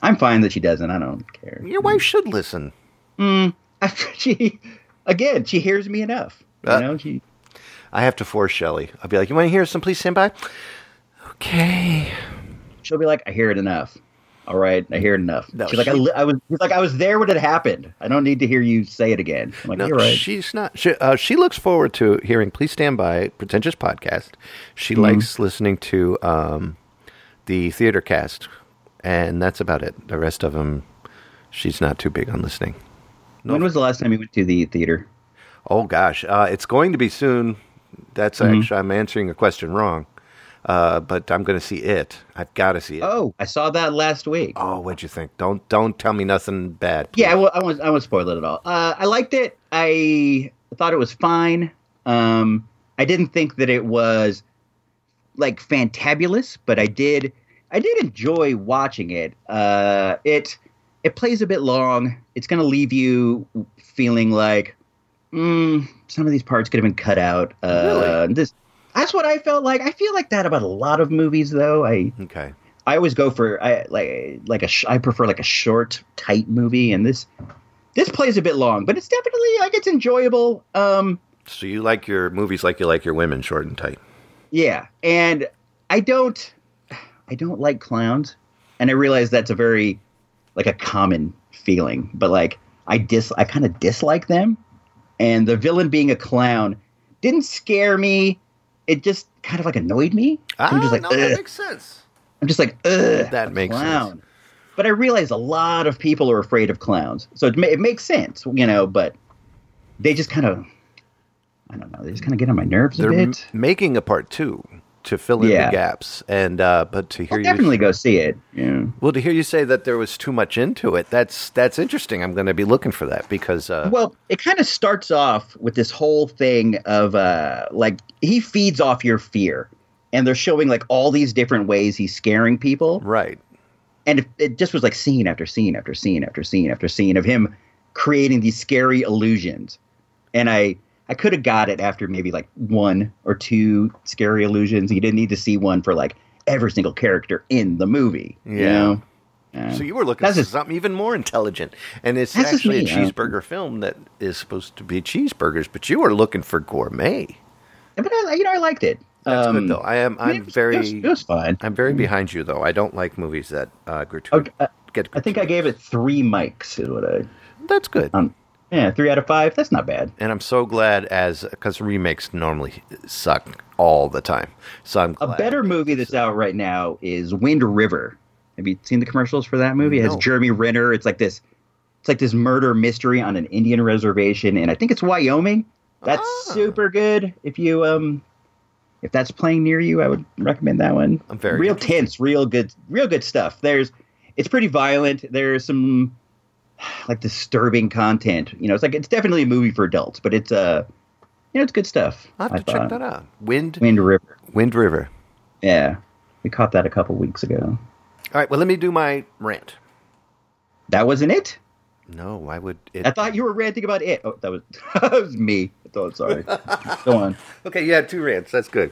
Speaker 1: I'm fine that she doesn't. I don't care.
Speaker 2: Your wife should listen.
Speaker 1: she, again, she hears me enough. You
Speaker 2: Uh,
Speaker 1: know, she.
Speaker 2: I have to force Shelly. I'll be like, "You want to hear some? Please stand by." Okay.
Speaker 1: She'll be like, I hear it enough. All right, I hear it enough.
Speaker 2: No,
Speaker 1: she's like, I,
Speaker 2: she-
Speaker 1: li- I was. She's like, I was there when it happened. I don't need to hear you say it again. I'm like,
Speaker 2: No,
Speaker 1: you're right.
Speaker 2: she's not. She, uh, she looks forward to hearing. Please stand by. Pretentious podcast. She
Speaker 1: Mm-hmm.
Speaker 2: likes listening to um, the theater cast, and that's about it. The rest of them, she's not too big on listening.
Speaker 1: When was the last time you went to the theater?
Speaker 2: Oh gosh, uh, it's going to be soon. That's
Speaker 1: Mm-hmm.
Speaker 2: actually I'm answering a question wrong. Uh, but I'm going to see it. I've got to see it.
Speaker 1: Oh, I saw that last week.
Speaker 2: Oh, what'd you think? Don't don't tell me nothing bad.
Speaker 1: Yeah, I won't, I won't, I won't spoil it at all. Uh, I liked it. I thought it was fine. Um, I didn't think that it was like fantabulous, but I did. I did enjoy watching it. Uh, it it plays a bit long. It's going to leave you feeling like mm, some of these parts could have been cut out. Uh, This that's what I felt like. I feel like that about a lot of movies, though. I
Speaker 2: Okay.
Speaker 1: I always go for I like like a sh- I prefer like a short, tight movie, and this this plays a bit long, but it's definitely like it's enjoyable. Um,
Speaker 2: So you like your movies like you like your women short and tight.
Speaker 1: yeah, and I don't I don't like clowns, and I realize that's a very like a common feeling, but like I dis I kind of dislike them, and the villain being a clown didn't scare me. It just kind of like annoyed me. So I'm just like,
Speaker 2: Ah,
Speaker 1: eh.
Speaker 2: no,
Speaker 1: "Ugh."
Speaker 2: that makes sense.
Speaker 1: I'm just like, ugh.
Speaker 2: That
Speaker 1: a
Speaker 2: makes
Speaker 1: clown.
Speaker 2: sense.
Speaker 1: But I realize a lot of people are afraid of clowns, so it, ma- it makes sense, you know. But they just kind of, I don't know, they just kind of get on my nerves
Speaker 2: They're
Speaker 1: a
Speaker 2: m-
Speaker 1: bit.
Speaker 2: making a part two to fill in
Speaker 1: Yeah.
Speaker 2: the gaps, and uh, but to hear
Speaker 1: I'll
Speaker 2: you
Speaker 1: definitely go see it. Yeah.
Speaker 2: well to hear you say that there was too much into it. That's that's interesting. I'm going to be looking for that because uh,
Speaker 1: Well, it kind of starts off with this whole thing of uh, like he feeds off your fear, and they're showing like all these different ways he's scaring people.
Speaker 2: right.
Speaker 1: and it, it just was like scene after scene after scene after scene after scene of him creating these scary illusions and i i could have got it after maybe like one or two scary illusions you didn't need to see one for like every single character in the movie you
Speaker 2: Yeah.
Speaker 1: know? Uh,
Speaker 2: So you were looking
Speaker 1: that's
Speaker 2: for
Speaker 1: just-
Speaker 2: something even more intelligent, and it's
Speaker 1: That's just
Speaker 2: actually
Speaker 1: me,
Speaker 2: a
Speaker 1: I don't-
Speaker 2: cheeseburger film that is supposed to be cheeseburgers, but you were looking for gourmet.
Speaker 1: but I, you know i liked it
Speaker 2: That's
Speaker 1: Um,
Speaker 2: good though. I am.
Speaker 1: I mean,
Speaker 2: I'm
Speaker 1: it was-
Speaker 2: very.
Speaker 1: it was, it was fine
Speaker 2: I'm very behind you though. I don't like movies that uh, gratuitous.
Speaker 1: Okay, uh,
Speaker 2: get
Speaker 1: i think i gave it three mics is what i
Speaker 2: That's good.
Speaker 1: um yeah three out of five that's not bad
Speaker 2: and I'm so glad as because remakes normally suck all the time. So I'm
Speaker 1: a
Speaker 2: glad.
Speaker 1: better movie that's out right now is Wind River. Have you seen the commercials for that movie? It has
Speaker 2: No.
Speaker 1: Jeremy Renner. It's like this it's like this murder mystery on an Indian reservation and I think it's Wyoming. That's
Speaker 2: Ah.
Speaker 1: super good. If you um if that's playing near you, I would recommend that one.
Speaker 2: I'm very
Speaker 1: real
Speaker 2: interested.
Speaker 1: tense, real good real good stuff. There's it's pretty violent. There's some like disturbing content. You know, it's like it's definitely a movie for adults, but it's uh you know, it's good stuff.
Speaker 2: I'll
Speaker 1: I
Speaker 2: have to check
Speaker 1: thought.
Speaker 2: that out. Wind, Wind
Speaker 1: Wind River.
Speaker 2: River.
Speaker 1: Yeah. We caught that a couple weeks ago.
Speaker 2: All right. Well, let me do my rant.
Speaker 1: That wasn't it?
Speaker 2: No, I would. It,
Speaker 1: I thought you were ranting about it. Oh, that was that was me. I thought sorry. Go on.
Speaker 2: Okay, you had two rants. That's good.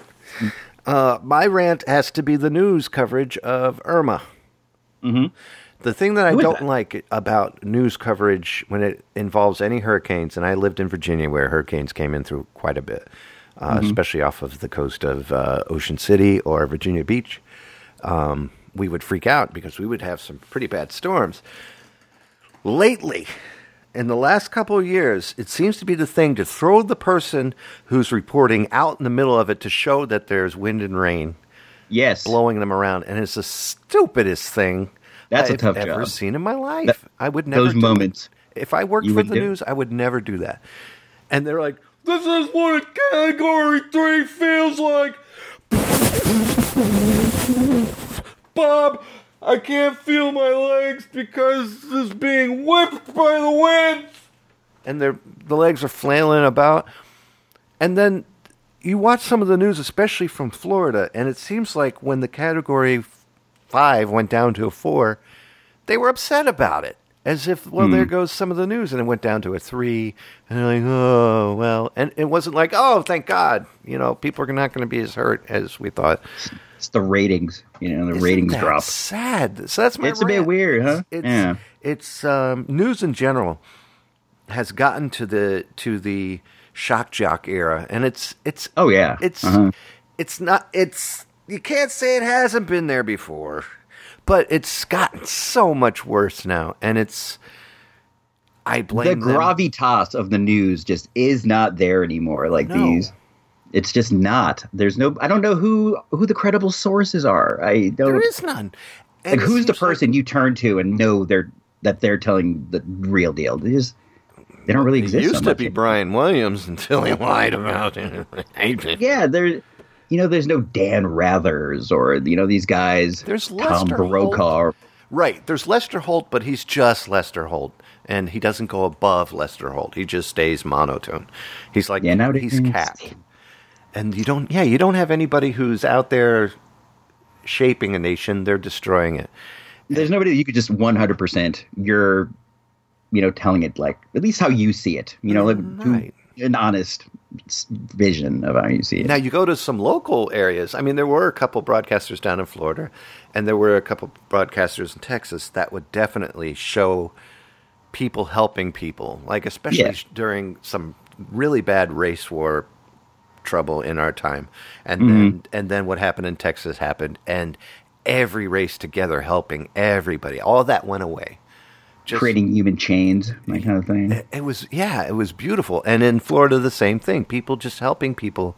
Speaker 2: Uh, my rant has to be the news coverage of Irma. Mm-hmm. The thing that I
Speaker 1: is
Speaker 2: don't
Speaker 1: that?
Speaker 2: like about news coverage when it involves any hurricanes, and I lived in Virginia where hurricanes came in through quite a bit, uh,
Speaker 1: Mm-hmm.
Speaker 2: especially off of the coast of uh, Ocean City or Virginia Beach, um, we would freak out because we would have some pretty bad storms lately in the last couple of years it seems to be the thing to throw the person who's reporting out in the middle of it to show that there's wind and rain
Speaker 1: Yes.
Speaker 2: blowing them around and it's the stupidest thing
Speaker 1: That's a
Speaker 2: I've
Speaker 1: tough
Speaker 2: ever
Speaker 1: job.
Speaker 2: seen in my life
Speaker 1: That-
Speaker 2: i would never
Speaker 1: Those
Speaker 2: do it.
Speaker 1: moments.
Speaker 2: if i worked
Speaker 1: You
Speaker 2: for
Speaker 1: would
Speaker 2: the
Speaker 1: do-
Speaker 2: news i would never do that and they're like this is what a category 3 feels like Bob, I can't feel my legs because it's being whipped by the wind. And their the legs are flailing about. And then you watch some of the news, especially from Florida, and it seems like when the category f- five went down to a four, they were upset about it. As if, well,
Speaker 1: Hmm.
Speaker 2: there goes some of the news, and it went down to a three, and they're like, oh, well, and it wasn't like, oh, thank God, you know, people are not going to be as hurt as we thought.
Speaker 1: It's the ratings. You know, the ratings
Speaker 2: Isn't that
Speaker 1: drop.
Speaker 2: Sad. So that's my.
Speaker 1: It's a bit
Speaker 2: rant.
Speaker 1: weird, huh?
Speaker 2: It's
Speaker 1: Yeah.
Speaker 2: it's um, news in general has gotten to the to the shock jock era, and it's it's
Speaker 1: Oh yeah.
Speaker 2: it's
Speaker 1: Uh-huh.
Speaker 2: it's not it's you can't say it hasn't been there before, but it's gotten so much worse now, and it's I blame
Speaker 1: the
Speaker 2: them.
Speaker 1: gravitas of the news just is not there anymore. Like
Speaker 2: No.
Speaker 1: these. It's just not. There's no I don't know who who the credible sources are. I don't
Speaker 2: There is none.
Speaker 1: like
Speaker 2: And it
Speaker 1: who's the
Speaker 2: seems like-
Speaker 1: person you turn to and know they're that they're telling the real deal. They just They don't really
Speaker 2: It
Speaker 1: exist.
Speaker 2: used
Speaker 1: so
Speaker 2: to
Speaker 1: much
Speaker 2: be
Speaker 1: anymore.
Speaker 2: Brian Williams until he lied about it.
Speaker 1: Yeah, there. You know, there's no Dan Rathers or you know these guys.
Speaker 2: There's
Speaker 1: Tom
Speaker 2: Lester Holt.
Speaker 1: Brokaw.
Speaker 2: Right. There's Lester Holt, but he's just Lester Holt, and he doesn't go above Lester Holt. He just stays monotone. He's like
Speaker 1: Yeah, nowadays
Speaker 2: he's cat. And you don't yeah, you don't have anybody who's out there shaping a nation, they're destroying it.
Speaker 1: There's nobody that you could just 100. percent You're, you know, telling it like at least how you see it. You know, like who-
Speaker 2: Mm, Right.
Speaker 1: an honest s- vision of how you see it.
Speaker 2: Now you go to some local areas. I mean, there were a couple broadcasters down in Florida, and there were a couple broadcasters in Texas that would definitely show people helping people, like especially
Speaker 1: Yeah.
Speaker 2: during some really bad race war trouble in our time, and
Speaker 1: Mm-hmm.
Speaker 2: then and then what happened in Texas happened, and every race together helping everybody. All that went away. Just-
Speaker 1: Creating human chains, that kind of thing.
Speaker 2: it was yeah it was beautiful and in florida the same thing people just helping people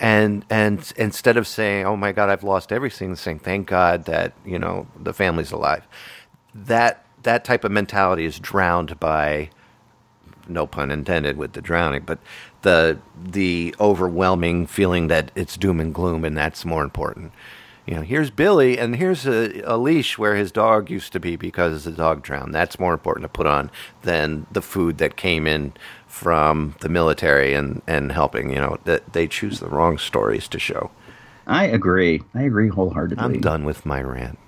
Speaker 2: and and instead of saying oh my god i've lost everything saying thank god that you know the family's alive that that type of mentality is drowned by no pun intended with the drowning but the the overwhelming feeling that it's doom and gloom and that's more important you know here's billy and here's a, a leash where his dog used to be because the dog drowned that's more important to put on than the food that came in from the military and and helping you know that they choose the wrong stories to show
Speaker 1: I agree. I agree wholeheartedly.
Speaker 2: i'm done with my rant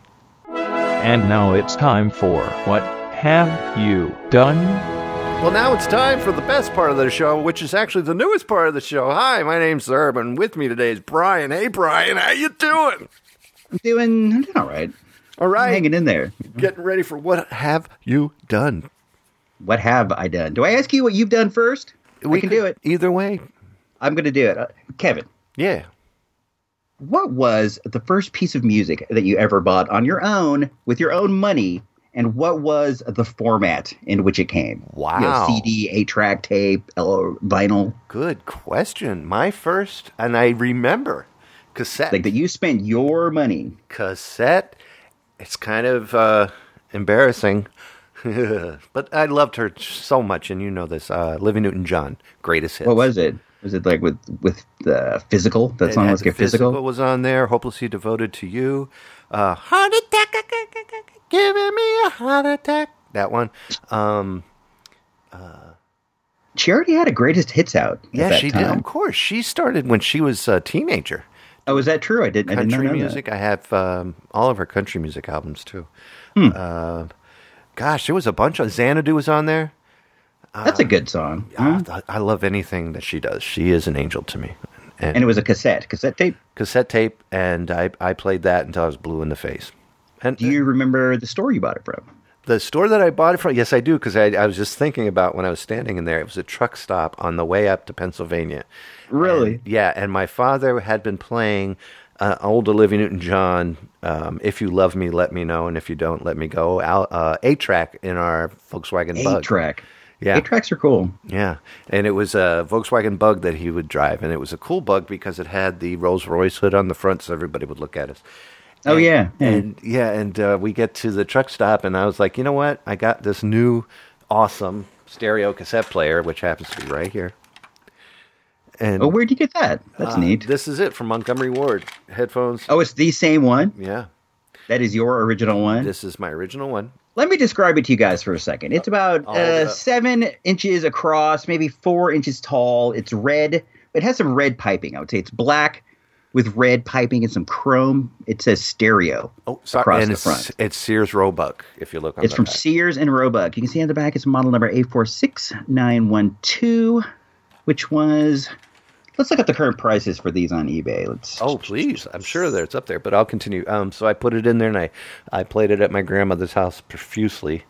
Speaker 3: And now it's time for What Have You Done?
Speaker 2: Well, now it's time for the best part of the show, which is actually the newest part of the show. Hi, my name's Zerb, and with me today is Brian. Hey, Brian, how you doing?
Speaker 1: I'm doing. I'm doing all right.
Speaker 2: All
Speaker 1: I'm
Speaker 2: right,
Speaker 1: hanging in there.
Speaker 2: getting ready for what have you done?
Speaker 1: What have I done? Do I ask you what you've done first? We can
Speaker 2: could-
Speaker 1: do it.
Speaker 2: either way.
Speaker 1: I'm going to do it. Uh, Kevin,
Speaker 2: Yeah,
Speaker 1: what was the first piece of music that you ever bought on your own with your own money? And what was the format in which it came? You know,
Speaker 2: Wow.
Speaker 1: CD, eight track, tape, L- vinyl,
Speaker 2: good question. My first, and I remember cassette.
Speaker 1: like that you spent your money.
Speaker 2: cassette. It's kind of uh, embarrassing, but I loved her so much, and you know this. Uh, Livy Newton John, greatest hits.
Speaker 1: What was it? Was it like with with the physical? That
Speaker 2: It
Speaker 1: song
Speaker 2: had
Speaker 1: was
Speaker 2: the
Speaker 1: like a physical.
Speaker 2: was on there. Hopelessly devoted to you. Uh, heart attack, uh, uh, uh, uh, giving me a heart attack. That one. Um,
Speaker 1: She already had a greatest hits out. at
Speaker 2: yeah,
Speaker 1: that
Speaker 2: she did.
Speaker 1: time.
Speaker 2: Of course, she started when she was a teenager.
Speaker 1: Oh, is that true? I didn't. I didn't
Speaker 2: Country
Speaker 1: know
Speaker 2: music. I have um, all of her country music albums too.
Speaker 1: Hmm.
Speaker 2: Uh, gosh, there was a bunch of Xanadu was on there.
Speaker 1: That. That's a good song.
Speaker 2: Ah, th- I love anything that she does. She is an angel to me. And,
Speaker 1: And it was a cassette, cassette tape.
Speaker 2: cassette tape, and I, I played that until I was blue in the face. And
Speaker 1: Do you remember the store you bought it from?
Speaker 2: The store that I bought it from, yes, I do, because I, I was just thinking about when I was standing in there. It was a truck stop on the way up to Pennsylvania.
Speaker 1: Really?
Speaker 2: And- yeah, and my father had been playing uh, old Olivia Newton John, um, If You Love Me, Let Me Know, and If You Don't, Let Me Go, out, uh, 8 track in our Volkswagen
Speaker 1: Eight
Speaker 2: Bug.
Speaker 1: track.
Speaker 2: Yeah.
Speaker 1: Eight tracks are cool.
Speaker 2: Yeah, and it was a Volkswagen Bug that he would drive, and it was a cool Bug because it had the Rolls Royce hood on the front, so everybody would look at us.
Speaker 1: Oh yeah. yeah.
Speaker 2: And yeah, and uh, we get to the truck stop, and I was like, you know what? I got this new awesome stereo cassette player, which happens to be right here. And
Speaker 1: oh, where'd you get that? That's neat.
Speaker 2: Uh, this is it from Montgomery Ward headphones.
Speaker 1: oh, it's the same one.
Speaker 2: Yeah,
Speaker 1: That is your original one.
Speaker 2: this is my original one.
Speaker 1: Let me describe it to you guys for a second. It's about
Speaker 2: All the-
Speaker 1: uh, seven inches across, maybe four inches tall. It's red. It has some red piping. I would say it's black with red piping and some chrome. It says stereo.
Speaker 2: Oh, sorry,
Speaker 1: Across
Speaker 2: and
Speaker 1: the
Speaker 2: it's
Speaker 1: front.
Speaker 2: it's Sears Roebuck. If you look on
Speaker 1: It's
Speaker 2: the
Speaker 1: from
Speaker 2: back.
Speaker 1: Sears and Roebuck. You can see on the back it's model number 846912, which was. Let's look at the current prices for these on eBay. Let's.
Speaker 2: Oh, please. I'm sure that it's up there, but I'll continue. Um, so I put it in there and I, I played it at my grandmother's house profusely.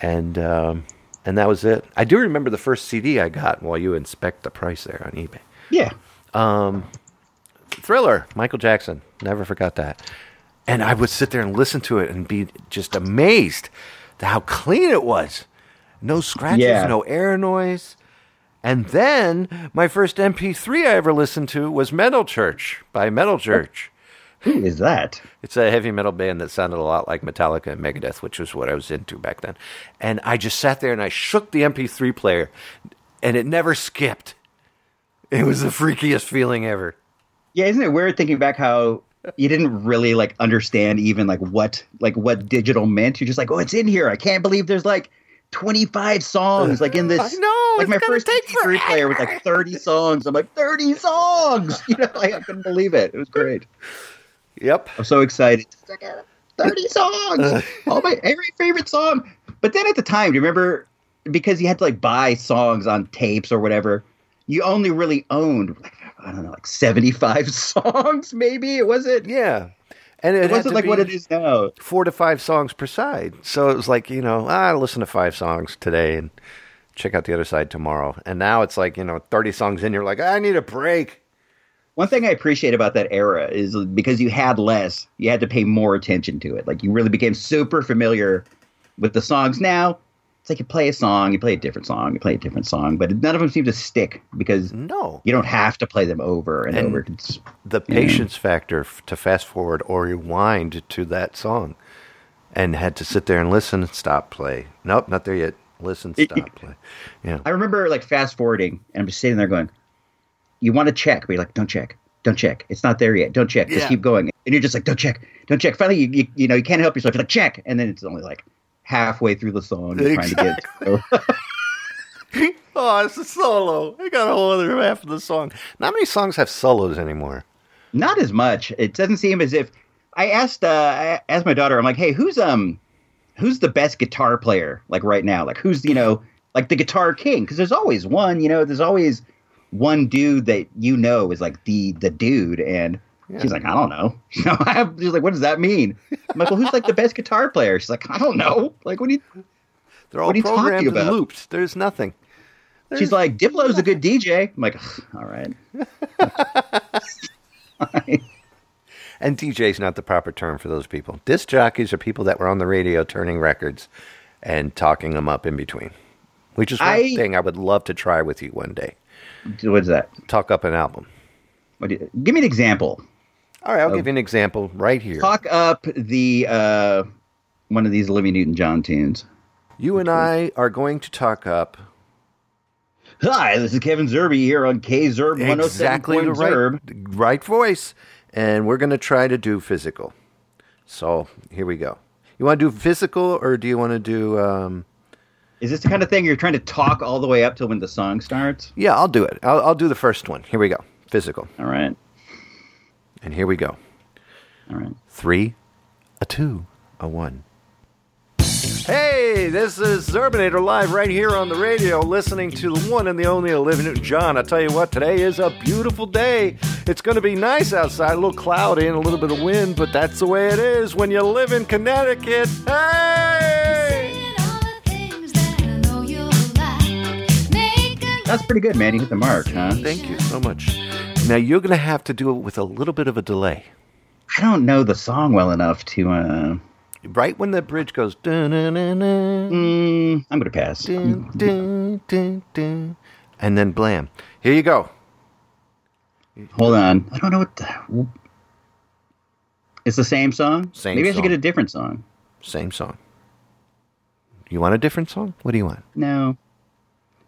Speaker 2: And, um, and that was it. I do remember the first CD I got while you inspect the price there on eBay.
Speaker 1: Yeah.
Speaker 2: Thriller, Michael Jackson. Never forgot that. And I would sit there and listen to it and be just amazed at how clean it was. No scratches,
Speaker 1: Yeah.
Speaker 2: no air noise. And then my first MP3 I ever listened to was Metal Church by Metal Church.
Speaker 1: Who is that?
Speaker 2: It's a heavy metal band that sounded a lot like Metallica and Megadeth, which was what I was into back then. And I just sat there and I shook the MP3 player, and it never skipped. It was the freakiest feeling ever.
Speaker 1: Yeah, isn't it weird thinking back how you didn't really like understand even like what like what digital meant? You're just like, oh, it's in here. I can't believe there's like 25 songs like in this.
Speaker 2: I know,
Speaker 1: Like my
Speaker 2: it's gonna
Speaker 1: first
Speaker 2: take
Speaker 1: MP3 player was like 30 songs. I'm like 30 songs. You know, like I couldn't believe it. It was great.
Speaker 2: Yep.
Speaker 1: I'm so excited. It's like, uh, 30
Speaker 2: Uh,
Speaker 1: songs. All my every favorite song. But then at the time, do you remember because you had to like buy songs on tapes or whatever, you only really owned like I don't know, like 75 songs maybe. It wasn't
Speaker 2: Yeah. And it,
Speaker 1: it wasn't like what it
Speaker 2: is.
Speaker 1: is now.
Speaker 2: four to five songs per side. So it was like, you know, I listen to five songs today and check out the other side tomorrow. And now it's like, you know, 30 songs in, you're like, I need a break.
Speaker 1: One thing I appreciate about that era is because you had less, you had to pay more attention to it. Like you really became super familiar with the songs. Now it's like you play a song, you play a different song, you play a different song, but none of them seem to stick
Speaker 2: Mm.
Speaker 1: because
Speaker 2: No.
Speaker 1: you don't have to play them over and,
Speaker 2: And-
Speaker 1: over. It's,
Speaker 2: The patience factor f- to fast forward or rewind to that song and had to sit there and listen, stop, play. Nope, not there yet. Listen, stop, play. Yeah.
Speaker 1: I remember like fast forwarding, and I'm just sitting there going, "You want to check, but you're like, don't check, don't check. It's not there yet. Don't check. Just
Speaker 2: Yeah.
Speaker 1: keep going." And you're just like, "Don't check, don't check." Finally, you you, you know you can't help yourself. You're like, "Check," and then it's only like halfway through the song you're trying to get.
Speaker 2: Oh, it's a solo. I got a whole other half of the song. Not many songs have solos anymore.
Speaker 1: not as much. It doesn't seem as if I asked uh, I asked my daughter. I'm like, "Hey, who's um who's the best guitar player like right now? Like who's you know like the guitar king? Because there's always one. You know, there's always one dude that you know is like the the dude and. She's like, I don't know. You know, I'm just like, what does that mean? I'm like, well, who's like the best guitar player? She's like, I don't know. Like, what do you?
Speaker 2: They're all
Speaker 1: What are you talking
Speaker 2: programmed and
Speaker 1: about?
Speaker 2: looped. There's nothing.
Speaker 1: She's like, Diplo's a good DJ. I'm like, all right.
Speaker 2: And DJ's not the proper term for those people. Disc jockeys are people that were on the radio turning records and talking them up in between, which is one
Speaker 1: I-
Speaker 2: thing I would love to try with you one day.
Speaker 1: What's that?
Speaker 2: Talk up an album.
Speaker 1: What do you, give me an example.
Speaker 2: All right, I'll give you an example right here.
Speaker 1: Oh. talk up the uh one of these Olivia Newton John tunes.
Speaker 2: you and I are going to talk up
Speaker 1: Hi, this is Kevin Zerbe here on K oh Zerb 107.
Speaker 2: exactly the right,
Speaker 1: Zerb.
Speaker 2: right voice, and we're going to try to do physical. So here we go. You want to do physical or do you want to do. Um,
Speaker 1: Is this the kind of thing you're trying to talk all the way up till when the song starts?
Speaker 2: yeah, I'll do it. I'll, I'll do the first one. Here we go. Physical.
Speaker 1: All right.
Speaker 2: And here we go.
Speaker 1: All right.
Speaker 2: three, a two, a one. Hey, this is Zerbinator live right here on the radio, listening to the one and the only Olivia Newton John. I tell you what, today is a beautiful day. It's going to be nice outside, a little cloudy and a little bit of wind, but that's the way it is when you live in Connecticut. Hey!
Speaker 1: That's pretty good, man. You hit the mark, huh?
Speaker 2: Thank you so much. Now you're going to have to do it with a little bit of a delay.
Speaker 1: I don't know the song well enough to uh
Speaker 2: Right when the bridge goes, dun-dun-dun-dun,
Speaker 1: mm, I'm gonna pass.
Speaker 2: Dun, dun, dun, dun. And then blam. Here you go.
Speaker 1: Hold on. I don't know what the It's the same song?
Speaker 2: Same
Speaker 1: Maybe I
Speaker 2: song.
Speaker 1: should get a different song.
Speaker 2: Same song. You want a different song? What do you want?
Speaker 1: No.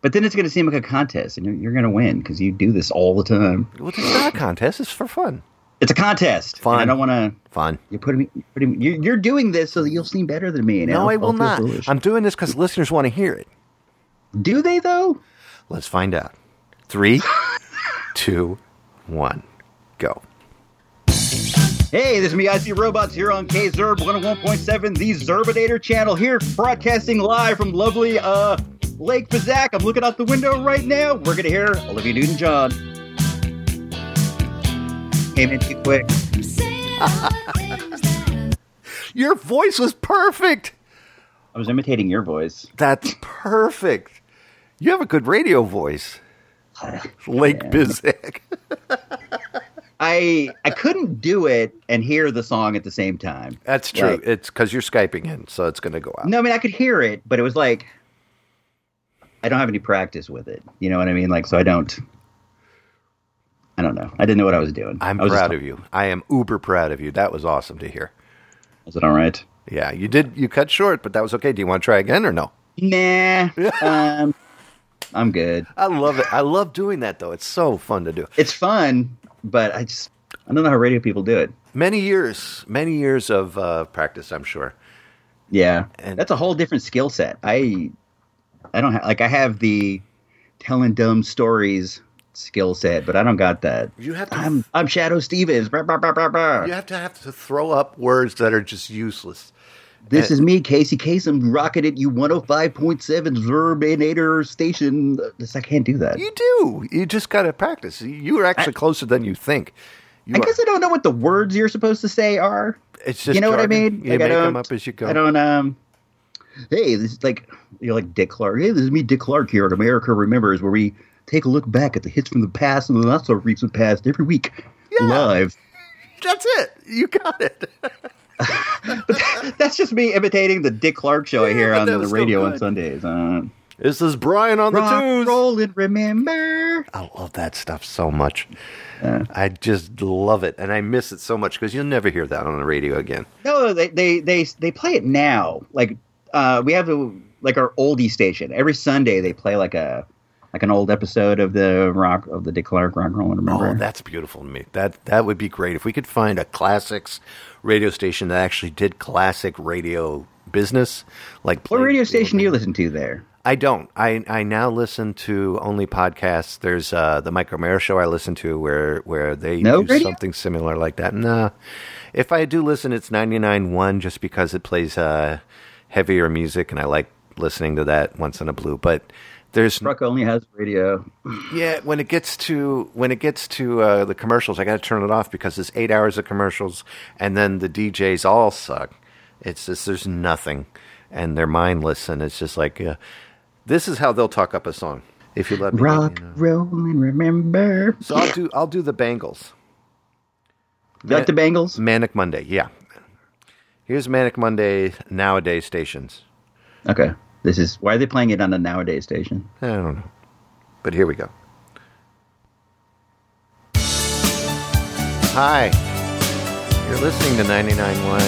Speaker 1: But then it's going to seem like a contest, and you're, you're going to win because you do this all the time.
Speaker 2: Well, this is not a contest. It's for fun.
Speaker 1: It's a contest.
Speaker 2: Fine.
Speaker 1: and I don't want to.
Speaker 2: Fun.
Speaker 1: You're putting me. You're, putting me- you're, you're doing this so that you'll seem better than me. And
Speaker 2: No,
Speaker 1: I'll-
Speaker 2: I
Speaker 1: I'll
Speaker 2: will
Speaker 1: feel
Speaker 2: not.
Speaker 1: foolish.
Speaker 2: I'm doing this because listeners want to hear it.
Speaker 1: Do they though?
Speaker 2: Let's find out. Three, two, one, go.
Speaker 1: Hey, this is Miyagi Robots here on KZerb 101.7, the Zerbinator channel here, broadcasting live from lovely uh Lake Pizac. I'm looking out the window right now. We're gonna hear Olivia Newton-John. Came in too quick.
Speaker 2: Your voice was perfect.
Speaker 1: I was imitating your voice.
Speaker 2: That's perfect. You have a good radio voice. Lake Bizek.
Speaker 1: I I couldn't do it and hear the song at the same time.
Speaker 2: That's true.
Speaker 1: Like-
Speaker 2: It's because you're Skyping in, so it's going to go out.
Speaker 1: No, I mean I could hear it, but it was like I don't have any practice with it. You know what I mean? Like so I don't I don't know. I didn't know what I was doing.
Speaker 2: I'm
Speaker 1: I was just
Speaker 2: proud
Speaker 1: like,
Speaker 2: of you. I am uber proud of you. That was awesome to hear.
Speaker 1: Is it all right?
Speaker 2: Yeah, you did. You cut short, but that was okay. Do you want to try again or no?
Speaker 1: Nah. um, I'm good.
Speaker 2: I love it. I love doing that though. It's so fun to do.
Speaker 1: It's fun, but I just I don't know how radio people do it.
Speaker 2: Many years, many years of uh, practice, I'm sure.
Speaker 1: Yeah,
Speaker 2: And-
Speaker 1: that's a whole different skill set. I I don't have like I have the telling dumb stories skill set, but I don't got that.
Speaker 2: You have to-
Speaker 1: I'm I'm Shadow Stevens. Brr, brr, brr, brr, brr.
Speaker 2: You have to have to throw up words that are just useless.
Speaker 1: This
Speaker 2: Uh,
Speaker 1: is me, Casey Kasem, rocking at you 105.7 Verbinator station. This I can't do that.
Speaker 2: You do. You just got to practice. You are actually closer than you think. You
Speaker 1: I guess I don't know what the words you're supposed to say are.
Speaker 2: it's just
Speaker 1: you know what I
Speaker 2: jargon.
Speaker 1: mean?
Speaker 2: You
Speaker 1: Like,
Speaker 2: make
Speaker 1: I don't,
Speaker 2: them up as you go.
Speaker 1: I don't. Um, hey, this is like you're like Dick Clark. Hey, this is me, Dick Clark here at America Remembers, where we take a look back at the hits from the past and the not so recent past every week,
Speaker 2: Yeah.
Speaker 1: live.
Speaker 2: That's it. You got it.
Speaker 1: That's just me imitating the Dick Clark show I hear
Speaker 2: but
Speaker 1: on
Speaker 2: that
Speaker 1: the
Speaker 2: was so
Speaker 1: radio on
Speaker 2: good.
Speaker 1: Sundays. Uh,
Speaker 2: this is Brian on the
Speaker 1: rock,
Speaker 2: twos.
Speaker 1: roll, and remember.
Speaker 2: I love that stuff so much. I just love it, and I miss it so much because you'll never hear that on the radio again.
Speaker 1: No, they they they they play it now. Like uh, we have a, like our oldie station every Sunday. They play like a like an old episode of the rock of the Dick Clark rock and roll. and Remember?
Speaker 2: Oh, that's beautiful to me. That that would be great if we could find a classics radio station that actually did classic radio business. Like
Speaker 1: what
Speaker 2: played
Speaker 1: radio
Speaker 2: the
Speaker 1: station
Speaker 2: old-
Speaker 1: do you listen to there?
Speaker 2: I don't. I I now listen to only podcasts. There's uh, the Mike Romero show I listen to where where they
Speaker 1: No
Speaker 2: do
Speaker 1: radio?
Speaker 2: something similar like that. Nah. If I do listen, it's 99.1 just because it plays uh, heavier music and I like listening to that once in a blue. But there's
Speaker 1: Truck only has radio.
Speaker 2: yeah, when it gets to when it gets to uh, the commercials, I got to turn it off because it's eight hours of commercials, and then the DJs all suck. It's just there's nothing, and they're mindless, and it's just like uh, this is how they'll talk up a song if you let me.
Speaker 1: Rock,
Speaker 2: you know.
Speaker 1: roll, and remember.
Speaker 2: So I'll do I'll do the Bangles.
Speaker 1: You like the Bengals?
Speaker 2: Manic Monday, yeah. Here's Manic Monday nowadays stations.
Speaker 1: Okay. This is why are they playing it on the nowadays station?
Speaker 2: I don't know, but here we go. Hi, you're listening to 99.1,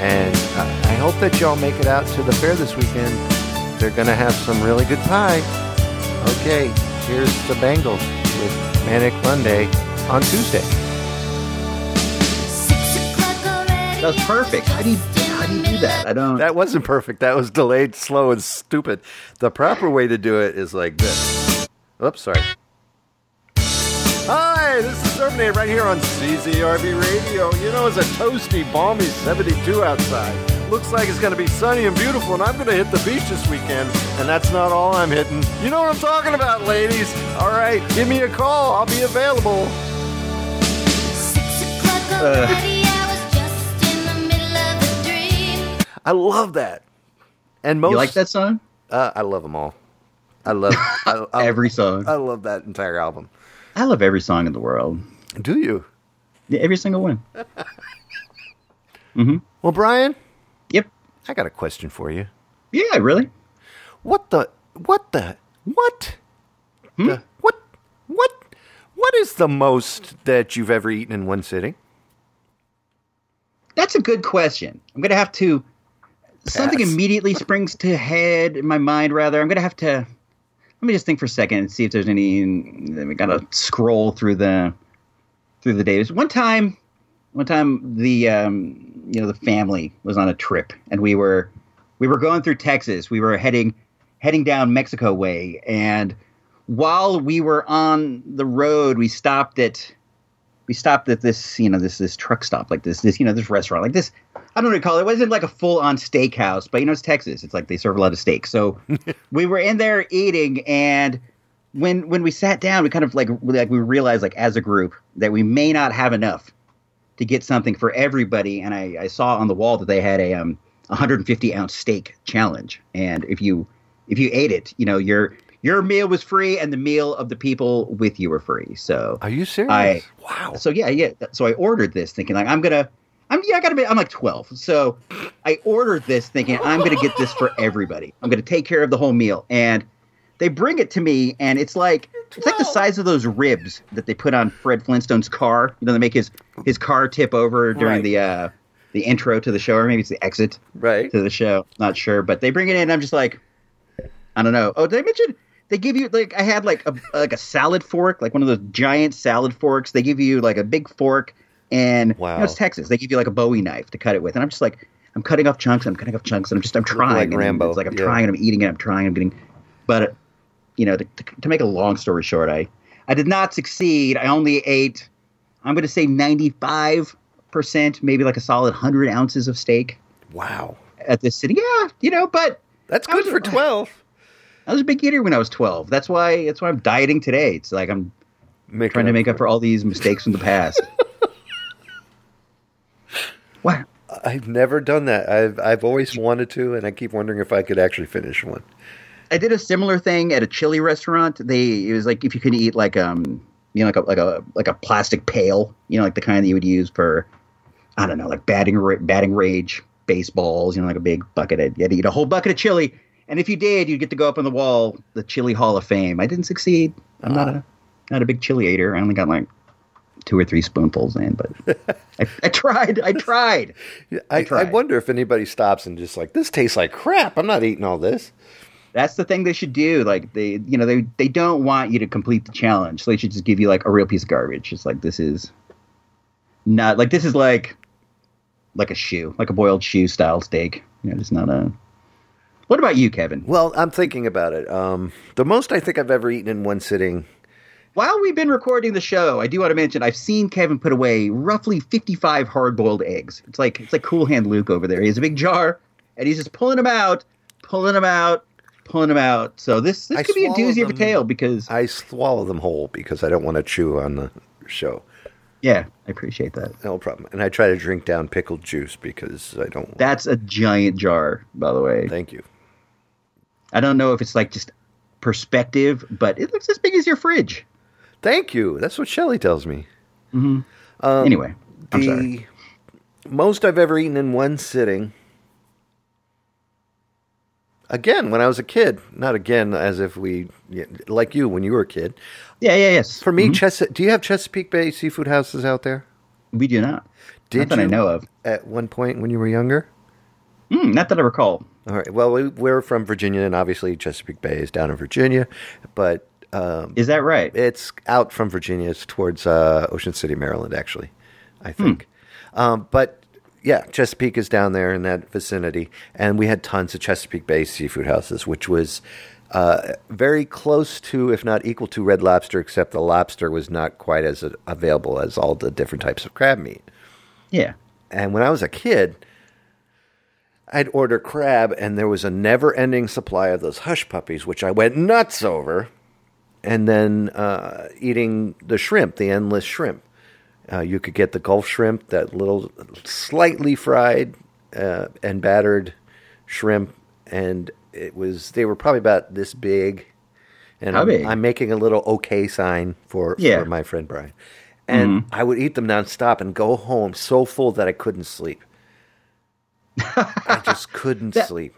Speaker 2: and I I hope that y'all make it out to the fair this weekend. They're gonna have some really good pie. Okay, here's the Bengals with Manic Monday on Tuesday.
Speaker 1: That was perfect. How do you how do you do that? I don't.
Speaker 2: That wasn't perfect. That was delayed, slow, and stupid. The proper way to do it is like this. Oops, sorry. Hi, this is Terminator right here on CZRB Radio. You know, it's a toasty, balmy 72 outside. Looks like it's going to be sunny and beautiful, and I'm going to hit the beach this weekend. And that's not all I'm hitting. You know what I'm talking about, ladies. All right, give me a call. I'll be available. I love that. And most
Speaker 1: you like that song?
Speaker 2: Uh, I love them all. I love I, I-
Speaker 1: Every song.
Speaker 2: I love that entire album.
Speaker 1: I love every song in the world.
Speaker 2: Do you?
Speaker 1: Yeah, every single one.
Speaker 2: Well, Brian,
Speaker 1: Yep.
Speaker 2: I got a question for you.
Speaker 1: Yeah. Really.
Speaker 2: What the? What the? What?
Speaker 1: Hmm?
Speaker 2: The- what? What? What is the most that you've ever eaten in one sitting?
Speaker 1: That's a good question. I'm gonna have to. Something
Speaker 2: Pass.
Speaker 1: immediately springs to head in my mind. Rather, I'm gonna have to. Let me just think for a second and see if there's any. Then we gotta scroll through the through the days. One time, one time the um, you know the family was on a trip and we were we were going through Texas. We were heading heading down Mexico way, and while we were on the road, we stopped at we stopped at this you know this this truck stop like this this you know this restaurant like this I don't recall it wasn't like a full on steakhouse but you know it's Texas it's like they serve a lot of steak so we were in there eating and when when we sat down we kind of like like we realized like as a group that we may not have enough to get something for everybody and I, I saw on the wall that they had a um 150 ounce steak challenge and if you if you ate it you know your your meal was free and the meal of the people with you were free so
Speaker 2: Are you serious?
Speaker 1: I-
Speaker 2: wow.
Speaker 1: so yeah, yeah. So I ordered this thinking like I'm gonna, I'm yeah, I gotta be. I'm like 12, so I ordered this thinking I'm gonna get this for everybody. I'm gonna take care of the whole meal, and they bring it to me, and it's like
Speaker 2: perfect.
Speaker 1: It's like the size of those ribs that they put on Fred Flintstone's car. You know, they make his his car tip over during
Speaker 2: Right.
Speaker 1: the uh, the intro to the show, or maybe it's the exit
Speaker 2: Right.
Speaker 1: to the show. Not sure, but they bring it in. And I'm just like, I don't know. Oh, did I mention they give you like I had like a like a salad fork, like one of those giant salad forks. They give you like a big fork, and you know,
Speaker 2: Wow.
Speaker 1: it's Texas. They give you like a Bowie knife to cut it with, and I'm just like, I'm cutting off chunks. I'm cutting off chunks, and I'm just I'm trying.
Speaker 2: like
Speaker 1: and
Speaker 2: Rambo,
Speaker 1: It's like I'm
Speaker 2: yeah.
Speaker 1: trying, and I'm eating it. I'm trying. I'm getting, but you know, to, to, to make a long story short, I I did not succeed. I only ate. I'm going to say 95 percent, maybe like a solid 100 ounces of steak
Speaker 2: Wow.
Speaker 1: at this city. Yeah, you know, but
Speaker 2: That's
Speaker 1: I
Speaker 2: good
Speaker 1: was-
Speaker 2: for 12.
Speaker 1: I was a big eater when I was 12. That's why that's why I'm dieting today. It's like I'm
Speaker 2: Making
Speaker 1: trying to
Speaker 2: up
Speaker 1: make up for all these mistakes from the past. wow.
Speaker 2: I've never done that. I've I've always wanted to, and I keep wondering if I could actually finish one.
Speaker 1: I did a similar thing at a chili restaurant. They it was like if you could eat like um you know like a like a like a plastic pail, you know like the kind that you would use for I don't know like batting ra- batting rage baseballs, you know like a big bucket. Of, you had to eat a whole bucket of chili, and if you did, you'd get to go up on the wall, the Chili Hall of Fame. I didn't succeed. I'm not a not a big chili eater. I only got like two or three spoonfuls in, but I, I tried. I tried.
Speaker 2: Yeah, I, I,
Speaker 1: tried.
Speaker 2: wonder if anybody stops and just like this tastes like crap. I'm not eating all this.
Speaker 1: That's the thing they should do. Like they, you know, they they don't want you to complete the challenge. So they should just give you like a real piece of garbage. It's like this is not like this is like like a shoe, like a boiled shoe style steak. You know, just not a. What about you, Kevin?
Speaker 2: Well, I'm thinking about it. Um, the most I think I've ever eaten in one sitting.
Speaker 1: While we've been recording the show, I do want to mention I've seen Kevin put away roughly fifty-five hard-boiled eggs. It's like it's like Cool Hand Luke over there. He has a big jar, and he's just pulling them out, pulling them out, pulling them out. So this this
Speaker 2: I
Speaker 1: could be a
Speaker 2: swallowed
Speaker 1: doozy of a
Speaker 2: them.
Speaker 1: tale because
Speaker 2: I swallow them whole because I don't want to chew on the show.
Speaker 1: yeah, I appreciate that.
Speaker 2: No problem. And I try to drink down pickled juice because I don't.
Speaker 1: That's a giant jar, by the way.
Speaker 2: thank you.
Speaker 1: I don't know if it's like just perspective, but it looks as big as your fridge.
Speaker 2: Thank you. That's what Shelly tells me. Um,
Speaker 1: anyway, I'm
Speaker 2: the
Speaker 1: sorry.
Speaker 2: most I've ever eaten in one sitting. Again, when I was a kid, not again as if we yeah, like you when you were a kid.
Speaker 1: Yeah, yeah, yes.
Speaker 2: For me, Chesa- do you have Chesapeake Bay seafood houses out there?
Speaker 1: we do not.
Speaker 2: Did
Speaker 1: not that I
Speaker 2: you-
Speaker 1: know of.
Speaker 2: At one point when you were younger.
Speaker 1: Mm, not that I recall.
Speaker 2: All right. Well, we, we're from Virginia, and obviously Chesapeake Bay is down in Virginia, but um,
Speaker 1: Is that right?
Speaker 2: it's out from Virginia. It's towards uh, Ocean City, Maryland, actually, I think. Um, but yeah, Chesapeake is down there in that vicinity. And we had tons of Chesapeake Bay seafood houses, which was uh, very close to, if not equal to, red lobster, except the lobster was not quite as uh, available as all the different types of crab meat.
Speaker 1: yeah.
Speaker 2: And when I was a kid, I'd order crab, and there was a never ending supply of those hush puppies, which I went nuts over. And then uh, eating the shrimp, the endless shrimp. Uh, you could get the Gulf shrimp, that little slightly fried uh, and battered shrimp. And it was, they were probably about this big. And
Speaker 1: How
Speaker 2: I'm,
Speaker 1: big?
Speaker 2: I'm making a little okay sign for,
Speaker 1: Yeah.
Speaker 2: for my friend Brian. And I would eat them nonstop and go home so full that I couldn't sleep. I just couldn't sleep.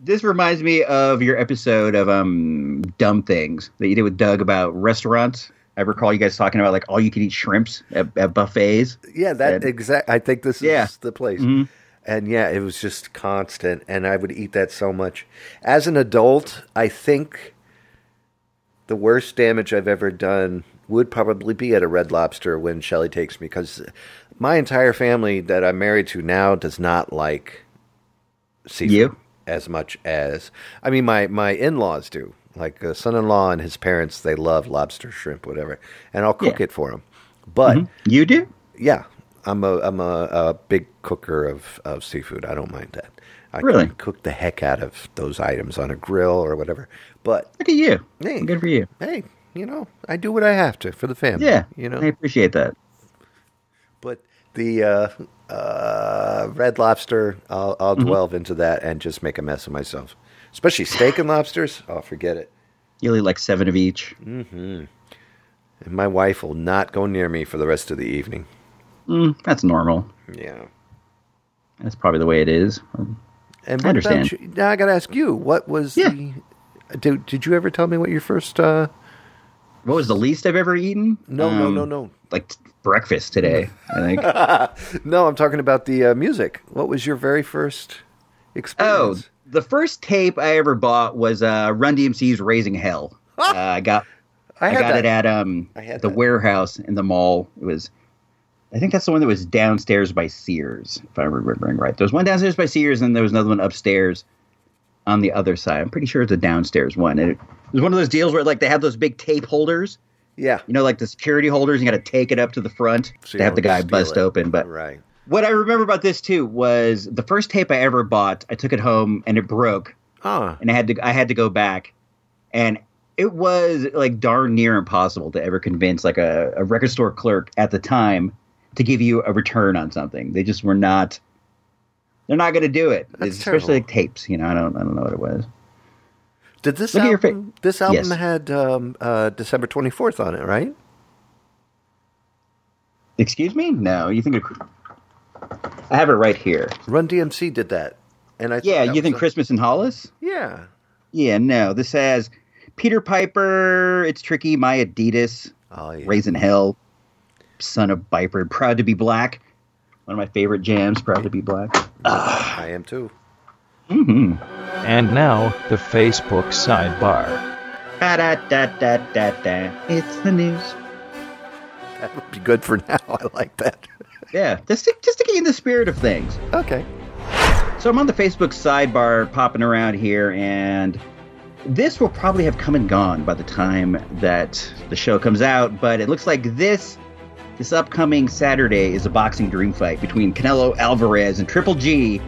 Speaker 1: This reminds me of your episode of um Dumb Things that you did with Doug about restaurants. I recall you guys talking about like all you could eat shrimps at, at buffets.
Speaker 2: Yeah, that
Speaker 1: And-
Speaker 2: exact. I think this
Speaker 1: Yeah. Mm-hmm.
Speaker 2: is the place. And yeah, it was just constant, and I would eat that so much. As an adult, I think the worst damage I've ever done would probably be at a Red Lobster when Shelly takes me, because my entire family that I'm married to now does not like seafood
Speaker 1: You?
Speaker 2: as much as I mean my my in laws do. Like uh, son-in-law and his parents, they love lobster, shrimp, whatever, and I'll cook
Speaker 1: Yeah. Mm-hmm.
Speaker 2: it for them. But
Speaker 1: You do?
Speaker 2: yeah, I'm a I'm a, a big cooker of, of seafood. I don't mind that. I
Speaker 1: Really?
Speaker 2: can cook the heck out of those items on a grill or whatever. But
Speaker 1: Look at you.
Speaker 2: Hey.
Speaker 1: Good for you.
Speaker 2: hey, you know, I do what I have to for the family.
Speaker 1: Yeah.
Speaker 2: you know.
Speaker 1: I appreciate that.
Speaker 2: But the uh, uh, red lobster, I'll, I'll
Speaker 1: Mm-hmm.
Speaker 2: delve into that and just make a mess of myself. Especially steak and lobsters. Oh, forget it.
Speaker 1: You only like seven of each.
Speaker 2: Mm-hmm. And my wife will not go near me for the rest of the evening.
Speaker 1: Mm, that's normal.
Speaker 2: Yeah.
Speaker 1: That's probably the way it is.
Speaker 2: And
Speaker 1: I
Speaker 2: what about
Speaker 1: understand.
Speaker 2: you- Now I got to ask you, what was
Speaker 1: Yeah.
Speaker 2: the? Did, did you ever tell me what your first uh,
Speaker 1: what was the least I've ever eaten?
Speaker 2: No, no,
Speaker 1: Um,
Speaker 2: no, no.
Speaker 1: Like t- breakfast today, I think.
Speaker 2: No, I'm talking about the uh, music. What was your very first
Speaker 1: oh,
Speaker 2: experience?
Speaker 1: the first tape I ever bought was uh, Run DMC's "Raising Hell." uh, I got I,
Speaker 2: had
Speaker 1: got
Speaker 2: that.
Speaker 1: it at um
Speaker 2: I had
Speaker 1: the
Speaker 2: that.
Speaker 1: warehouse in the mall. It was I think that's the one that was downstairs by Sears, if I'm remembering right. There was one downstairs by Sears and there was another one upstairs on the other side. I'm pretty sure it's a downstairs one. And it was one of those deals where like they have those big tape holders,
Speaker 2: Yeah.
Speaker 1: you know, like the security holders, you gotta take it up to the front
Speaker 2: So you
Speaker 1: to have
Speaker 2: don't
Speaker 1: the guy
Speaker 2: steal
Speaker 1: bust
Speaker 2: it.
Speaker 1: open. But
Speaker 2: Right.
Speaker 1: what I remember about this too was the first tape I ever bought, I took it home and it broke
Speaker 2: Ah,
Speaker 1: and I had to I had to go back, and it was like darn near impossible to ever convince like a, a record store clerk at the time to give you a return on something. They just were not. They're not going to do it,
Speaker 2: That's terrible.
Speaker 1: especially like tapes. You know, I don't I don't know what it was.
Speaker 2: did this
Speaker 1: Look at your fa-
Speaker 2: album? This album
Speaker 1: Yes.
Speaker 2: had um, uh, December 24th on it, right?
Speaker 1: Excuse me? No, you think? Of, I have it right here.
Speaker 2: Run DMC did that, and I thought
Speaker 1: Yeah,
Speaker 2: that
Speaker 1: you
Speaker 2: was
Speaker 1: think
Speaker 2: on-
Speaker 1: Christmas in Hollis?
Speaker 2: Yeah.
Speaker 1: Yeah, no. This has Peter Piper. It's tricky. My Adidas.
Speaker 2: Oh yeah.
Speaker 1: Raisin Hell, Son of Viper, Proud to Be Black. One of my favorite jams, Proud to Be Black.
Speaker 2: I am too.
Speaker 1: Mm-hmm.
Speaker 3: And now, the Facebook sidebar.
Speaker 1: Da, da, da, da, da, da. It's the news.
Speaker 2: That would be good for now. I like that.
Speaker 1: Yeah, just to, just to get in the spirit of things.
Speaker 2: Okay.
Speaker 1: So I'm on the Facebook sidebar popping around here, and this will probably have come and gone by the time that the show comes out, but it looks like this. This upcoming Saturday is a boxing dream fight between Canelo Alvarez and Triple G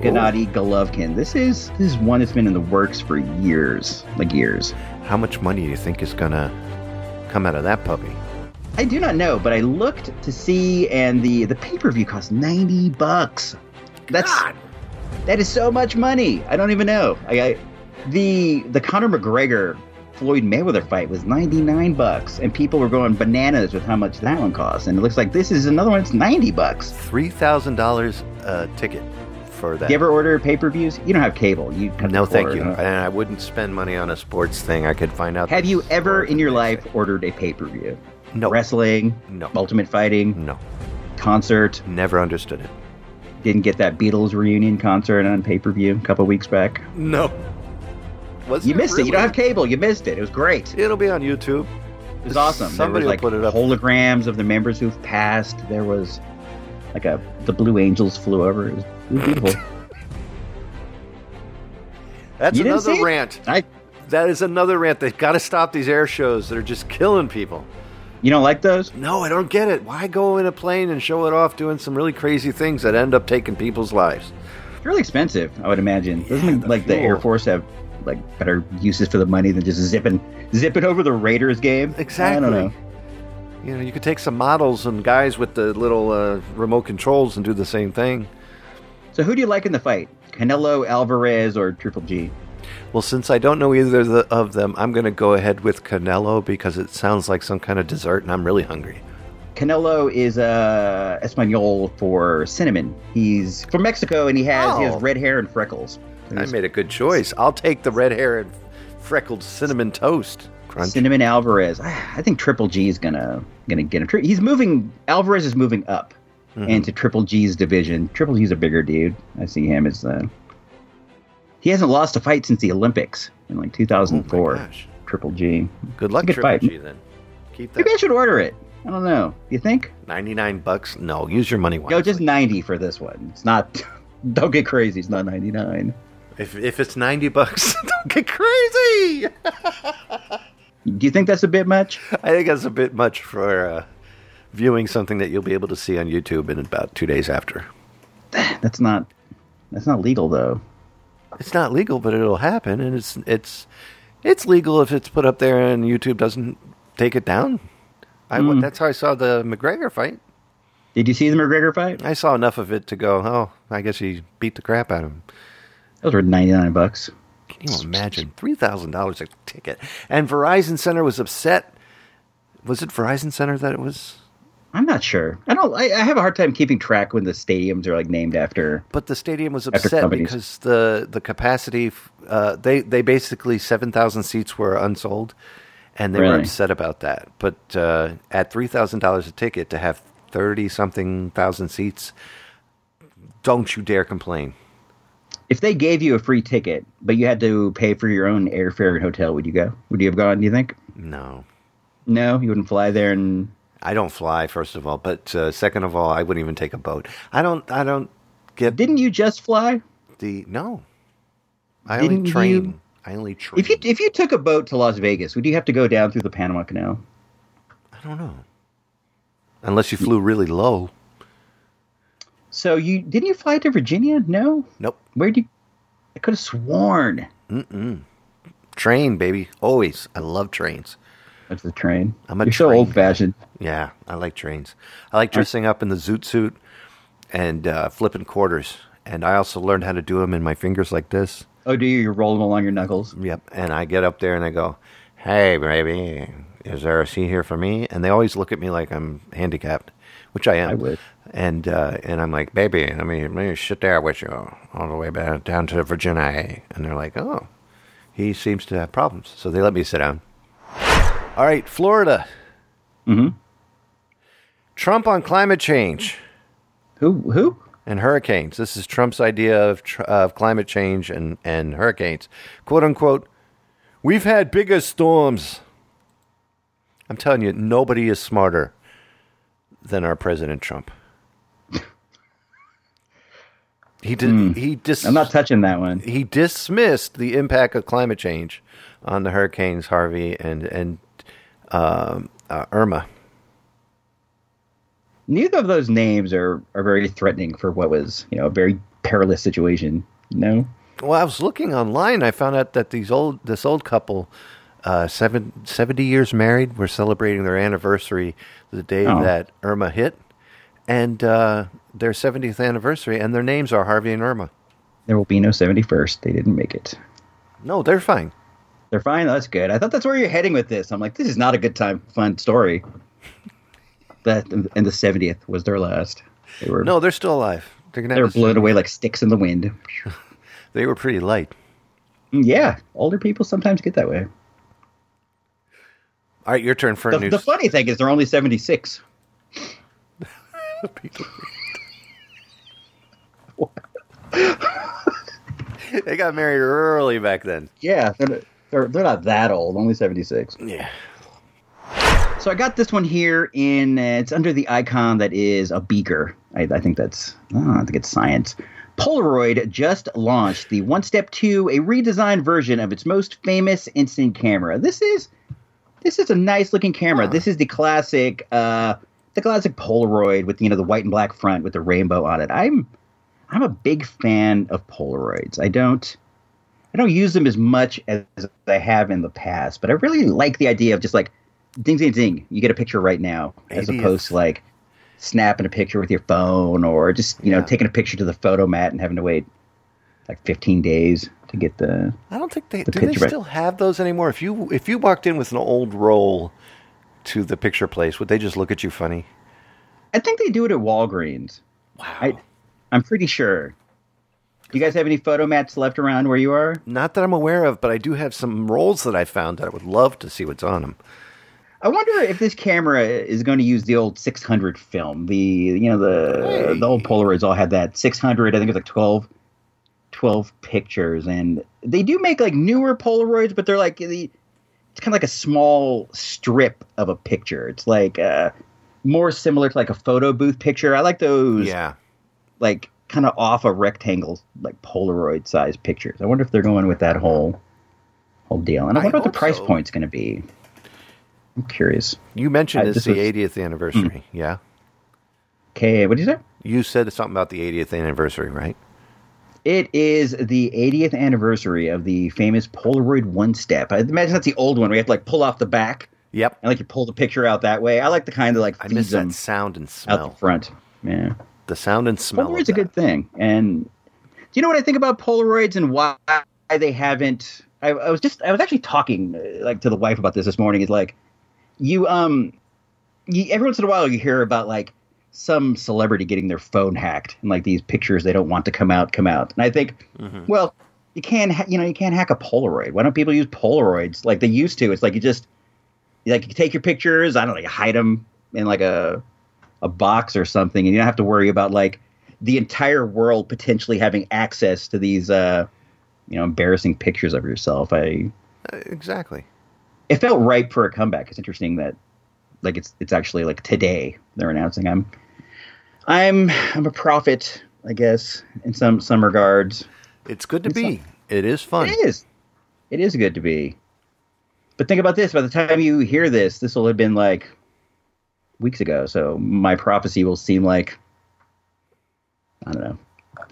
Speaker 1: Gennady Golovkin. This is this is one that's been in the works for years, like years.
Speaker 2: How much money do you think is gonna come out of that puppy?
Speaker 1: I do not know, but I looked to see, and the the pay per view cost ninety bucks. That's
Speaker 2: God.
Speaker 1: that is so much money. I don't even know. I, I the the Conor McGregor Floyd Mayweather fight was ninety nine bucks, and people were going bananas with how much that one cost. And it looks like this is another one. It's ninety bucks.
Speaker 2: Three thousand dollars a ticket for that.
Speaker 1: You ever order pay per views? You don't have cable. You have
Speaker 2: no,
Speaker 1: to
Speaker 2: thank
Speaker 1: order,
Speaker 2: you.
Speaker 1: huh?
Speaker 2: And I wouldn't spend money on a sports thing. I could find out.
Speaker 1: Have
Speaker 2: the
Speaker 1: you ever
Speaker 2: sport
Speaker 1: in your
Speaker 2: the
Speaker 1: life
Speaker 2: next
Speaker 1: ordered a pay per view?
Speaker 2: day. No.
Speaker 1: Wrestling,
Speaker 2: No.
Speaker 1: ultimate fighting,
Speaker 2: No.
Speaker 1: concert.
Speaker 2: Never understood it.
Speaker 1: Didn't get that Beatles reunion concert on pay per view a couple weeks back.
Speaker 2: No. Was
Speaker 1: You missed it. You don't have cable. You missed it. It was great.
Speaker 2: It'll be on YouTube.
Speaker 1: It was awesome.
Speaker 2: Somebody
Speaker 1: there was like
Speaker 2: will put it up.
Speaker 1: holograms of the members who've passed. There was like a the Blue Angels flew over. It was, it was beautiful.
Speaker 2: That's
Speaker 1: You didn't
Speaker 2: another
Speaker 1: see it?
Speaker 2: rant.
Speaker 1: I,
Speaker 2: That is another rant. They've got to stop these air shows that are just killing people.
Speaker 1: you don't like those?
Speaker 2: No, I don't get it. Why go in a plane and show it off doing some really crazy things that end up taking people's lives?
Speaker 1: They're really expensive, I would imagine. Doesn't
Speaker 2: the
Speaker 1: like the Air
Speaker 2: fuel.
Speaker 1: Force have like better uses for the money than just zipping zipping over the Raiders game?
Speaker 2: Exactly.
Speaker 1: I don't know.
Speaker 2: You know, you could take some models and guys with the little uh, remote controls and do the same thing.
Speaker 1: So who do you like in the fight? Canelo Alvarez or Triple G?
Speaker 2: Well, since I don't know either of the- of them, I'm going to go ahead with Canelo because it sounds like some kind of dessert and I'm really hungry.
Speaker 1: Canelo is uh, Espanol for cinnamon. He's from Mexico and he has he
Speaker 2: Oh.
Speaker 1: has red hair and freckles.
Speaker 2: I made a good choice. I'll take the red hair and freckled cinnamon toast. Crunch.
Speaker 1: Cinnamon Alvarez. I think Triple G is gonna gonna get him. Tri- He's moving. Alvarez is moving up
Speaker 2: Mm-hmm.
Speaker 1: into Triple G's division. Triple G's a bigger dude. I see him as the. He hasn't lost a fight since the Olympics in like 2004.
Speaker 2: Oh my gosh.
Speaker 1: Triple G.
Speaker 2: Good luck,
Speaker 1: Good
Speaker 2: Triple
Speaker 1: fight.
Speaker 2: G, then. Keep that
Speaker 1: Maybe I should order it. I don't know. You think?
Speaker 2: 99 bucks. No, use your money wisely.
Speaker 1: No, just 90 for this one. It's not. Don't get crazy. It's not 99.
Speaker 2: If, if it's 90 bucks, don't get crazy.
Speaker 1: Do you think that's a bit much?
Speaker 2: I think that's a bit much for uh, viewing something that you'll be able to see on YouTube in about two days after.
Speaker 1: That's not. That's not legal though.
Speaker 2: It's not legal, but it'll happen, and it's it's it's legal if it's put up there and YouTube doesn't take it down. I, That's how I saw the McGregor fight.
Speaker 1: Did you see the McGregor fight?
Speaker 2: I saw enough of it to go, oh, I guess he beat the crap out of him.
Speaker 1: Those were 99 bucks.
Speaker 2: Can you imagine three thousand dollars a ticket? And Verizon Center was upset. Was it Verizon Center that it was?
Speaker 1: I'm not sure. I don't. I, I have a hard time keeping track when the stadiums are like named after.
Speaker 2: But the stadium was
Speaker 1: After
Speaker 2: upset
Speaker 1: companies.
Speaker 2: because the the capacity. f- Uh, they they basically seven thousand seats were unsold, and they were
Speaker 1: Really?
Speaker 2: upset about that. But uh, at three thousand dollars a ticket to have thirty something thousand seats, don't you dare complain.
Speaker 1: If they gave you a free ticket, but you had to pay for your own airfare and hotel, would you go? Would you have gone? Do you think?
Speaker 2: No,
Speaker 1: No, you wouldn't fly there and
Speaker 2: I don't fly. First of all, but uh, second of all, I wouldn't even take a boat. I don't. I don't get
Speaker 1: didn't you just fly?
Speaker 2: the no. I
Speaker 1: Didn't
Speaker 2: only
Speaker 1: you-
Speaker 2: train. I only train.
Speaker 1: If you if you took a boat to Las Vegas, would you have to go down through the Panama Canal?
Speaker 2: I don't know. Unless you flew really low.
Speaker 1: So you didn't you fly to Virginia? No.
Speaker 2: Nope.
Speaker 1: Where would you? I could have sworn
Speaker 2: Train, baby. Always. I love trains.
Speaker 1: that's the train.
Speaker 2: I'm a
Speaker 1: You're so
Speaker 2: train
Speaker 1: old fashioned.
Speaker 2: Yeah, I like trains. I like dressing up in the zoot suit and uh, flipping quarters. And I also learned how to do them in my fingers like this.
Speaker 1: Oh, do you? You're rolling along your knuckles.
Speaker 2: Yep. And I get up there and I go, hey, baby, is there a seat here for me? And they always look at me like I'm handicapped, which I am.
Speaker 1: I would.
Speaker 2: And, uh, and I'm like, baby, let me, let me sit there with you all the way back down to Virginia. And they're like, oh, he seems to have problems. So they let me sit down. All right, Florida. Mm-hmm. Trump on climate change
Speaker 1: Who? Who?
Speaker 2: and hurricanes. This is Trump's idea of, tr- of climate change and, and hurricanes. Quote unquote, we've had bigger storms. I'm telling you, nobody is smarter than our President Trump. He did. He dis-
Speaker 1: Hmm. I'm not touching that one.
Speaker 2: he dismissed the impact of climate change on the hurricanes Harvey and and um, uh, Irma.
Speaker 1: Neither of those names are are very threatening for what was you know a very perilous situation. No.
Speaker 2: Well, I was looking online. I found out that these old this old couple, uh, seven, 70 years married, were celebrating their anniversary the day
Speaker 1: Oh.
Speaker 2: that Irma hit, and uh, their seventieth anniversary, and their names are Harvey and Irma.
Speaker 1: There will be no 71st. They didn't make it.
Speaker 2: No, they're fine.
Speaker 1: They're fine. That's good. I thought that's where you're heading with this. I'm like, this is not a good time, fun story. That and the 70th was their last. They were
Speaker 2: No, they're still alive. They're gonna
Speaker 1: they were
Speaker 2: have
Speaker 1: blown
Speaker 2: this,
Speaker 1: away like sticks in the wind.
Speaker 2: they were pretty light.
Speaker 1: Yeah, older people sometimes get that way.
Speaker 2: All right, your turn for
Speaker 1: The,
Speaker 2: news.
Speaker 1: the funny thing is, they're only 76.
Speaker 2: they got married early back then.
Speaker 1: Yeah, they're they're, they're not that old. Only 76.
Speaker 2: Yeah.
Speaker 1: So I got this one here in uh, it's under the icon that is a beaker. I, I think that's oh, I think it's science. Polaroid just launched the One Step Two, a redesigned version of its most famous instant camera. This is this is a nice looking camera. This is the classic uh, the classic Polaroid with you know the white and black front with the rainbow on it. I'm I'm a big fan of Polaroids. I don't I don't use them as much as I have in the past, but I really like the idea of just like ding ding ding, you get a picture right now, as
Speaker 2: 80th.
Speaker 1: opposed to like snapping a picture with your phone or just you
Speaker 2: Yeah.
Speaker 1: know taking a picture to the photo mat and having to wait like 15 days to get the
Speaker 2: I don't think they
Speaker 1: The
Speaker 2: do. They
Speaker 1: picture book.
Speaker 2: still have those anymore. If you if you walked in with an old roll to the picture place, would they just look at you funny?
Speaker 1: I think they do it at Walgreens.
Speaker 2: Wow.
Speaker 1: I, I'm pretty sure. Do you guys have any photo mats left around where you are?
Speaker 2: Not that I'm aware of, but I do have some rolls that I found that I would love to see what's on them.
Speaker 1: I wonder if this camera is going to use the old 600 film. The you know the
Speaker 2: Hey.
Speaker 1: the old Polaroids all had that 600. I think it was like 12, 12 pictures, and they do make like newer Polaroids, but they're like the it's kind of like a small strip of a picture. It's like uh, more similar to like a photo booth picture. I like those
Speaker 2: Yeah.
Speaker 1: like kind of off a rectangle like Polaroid size pictures. I wonder if they're going with that whole whole deal, and I
Speaker 2: I
Speaker 1: wonder what
Speaker 2: hope
Speaker 1: the price
Speaker 2: so.
Speaker 1: point's going to be. I'm curious.
Speaker 2: You mentioned
Speaker 1: I-
Speaker 2: it's
Speaker 1: this Mm.
Speaker 2: the
Speaker 1: was-
Speaker 2: 80th anniversary. Yeah.
Speaker 1: Okay, what did you say?
Speaker 2: You said something about the 80th anniversary, right?
Speaker 1: It is the 80th anniversary of the famous Polaroid One Step. I imagine that's the old one where you have to like pull off the back
Speaker 2: Yep.
Speaker 1: and like you pull the picture out that way. I like the kind that like
Speaker 2: I
Speaker 1: feeds
Speaker 2: miss
Speaker 1: them
Speaker 2: that sound
Speaker 1: um,
Speaker 2: and
Speaker 1: out
Speaker 2: smell.
Speaker 1: the front. Yeah,
Speaker 2: The sound and smell.
Speaker 1: Polaroid's
Speaker 2: of
Speaker 1: a good
Speaker 2: that.
Speaker 1: thing. And do you know what I think about Polaroids and why they haven't? I, I was just I was actually talking uh, like to the wife about this this morning. It's like you um you, every once in a while you hear about like some celebrity getting their phone hacked and like these pictures they don't want to come out come out and i think
Speaker 2: Mm-hmm.
Speaker 1: well you can't ha- you know you can't hack a polaroid why don't people use polaroids like they used to it's like you just like you take your pictures. I don't know, you hide them in like a a box or something, and you don't have to worry about like the entire world potentially having access to these uh, you know embarrassing pictures of yourself. I
Speaker 2: Uh, exactly.
Speaker 1: it felt ripe for a comeback. It's interesting that like it's it's actually like today they're announcing I'm I'm I'm a prophet, I guess, in some some regards.
Speaker 2: It's good to be. It is fun.
Speaker 1: It is. It is good to be. But think about this: by the time you hear this, this will have been like weeks ago. So my prophecy will seem like I don't know.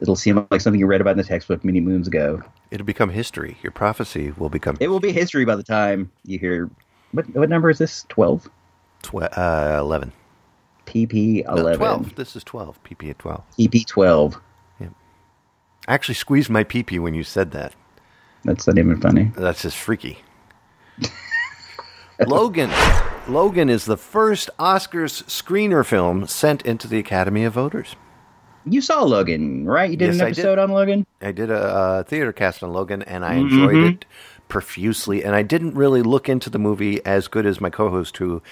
Speaker 1: It'll seem like something you read about in the textbook many moons ago.
Speaker 2: It'll become history. Your prophecy will become
Speaker 1: It will be history by the time you hear. What what number is this? Twelve.
Speaker 2: twe- uh, 11.
Speaker 1: PP
Speaker 2: No,
Speaker 1: eleven.
Speaker 2: 12. Uh, This is 12. PP at 12.
Speaker 1: PP twelve.
Speaker 2: I actually squeezed my PP when you said that.
Speaker 1: That's not even funny.
Speaker 2: That's just freaky. Logan. Logan is the first Oscars screener film sent into the Academy of Voters.
Speaker 1: You saw Logan, right? You did
Speaker 2: Yes,
Speaker 1: an
Speaker 2: I did.
Speaker 1: episode on Logan.
Speaker 2: I did a, uh theater cast on Logan, and I enjoyed
Speaker 1: Mm-hmm.
Speaker 2: it profusely. And I didn't really look into the movie as good as my co-host, who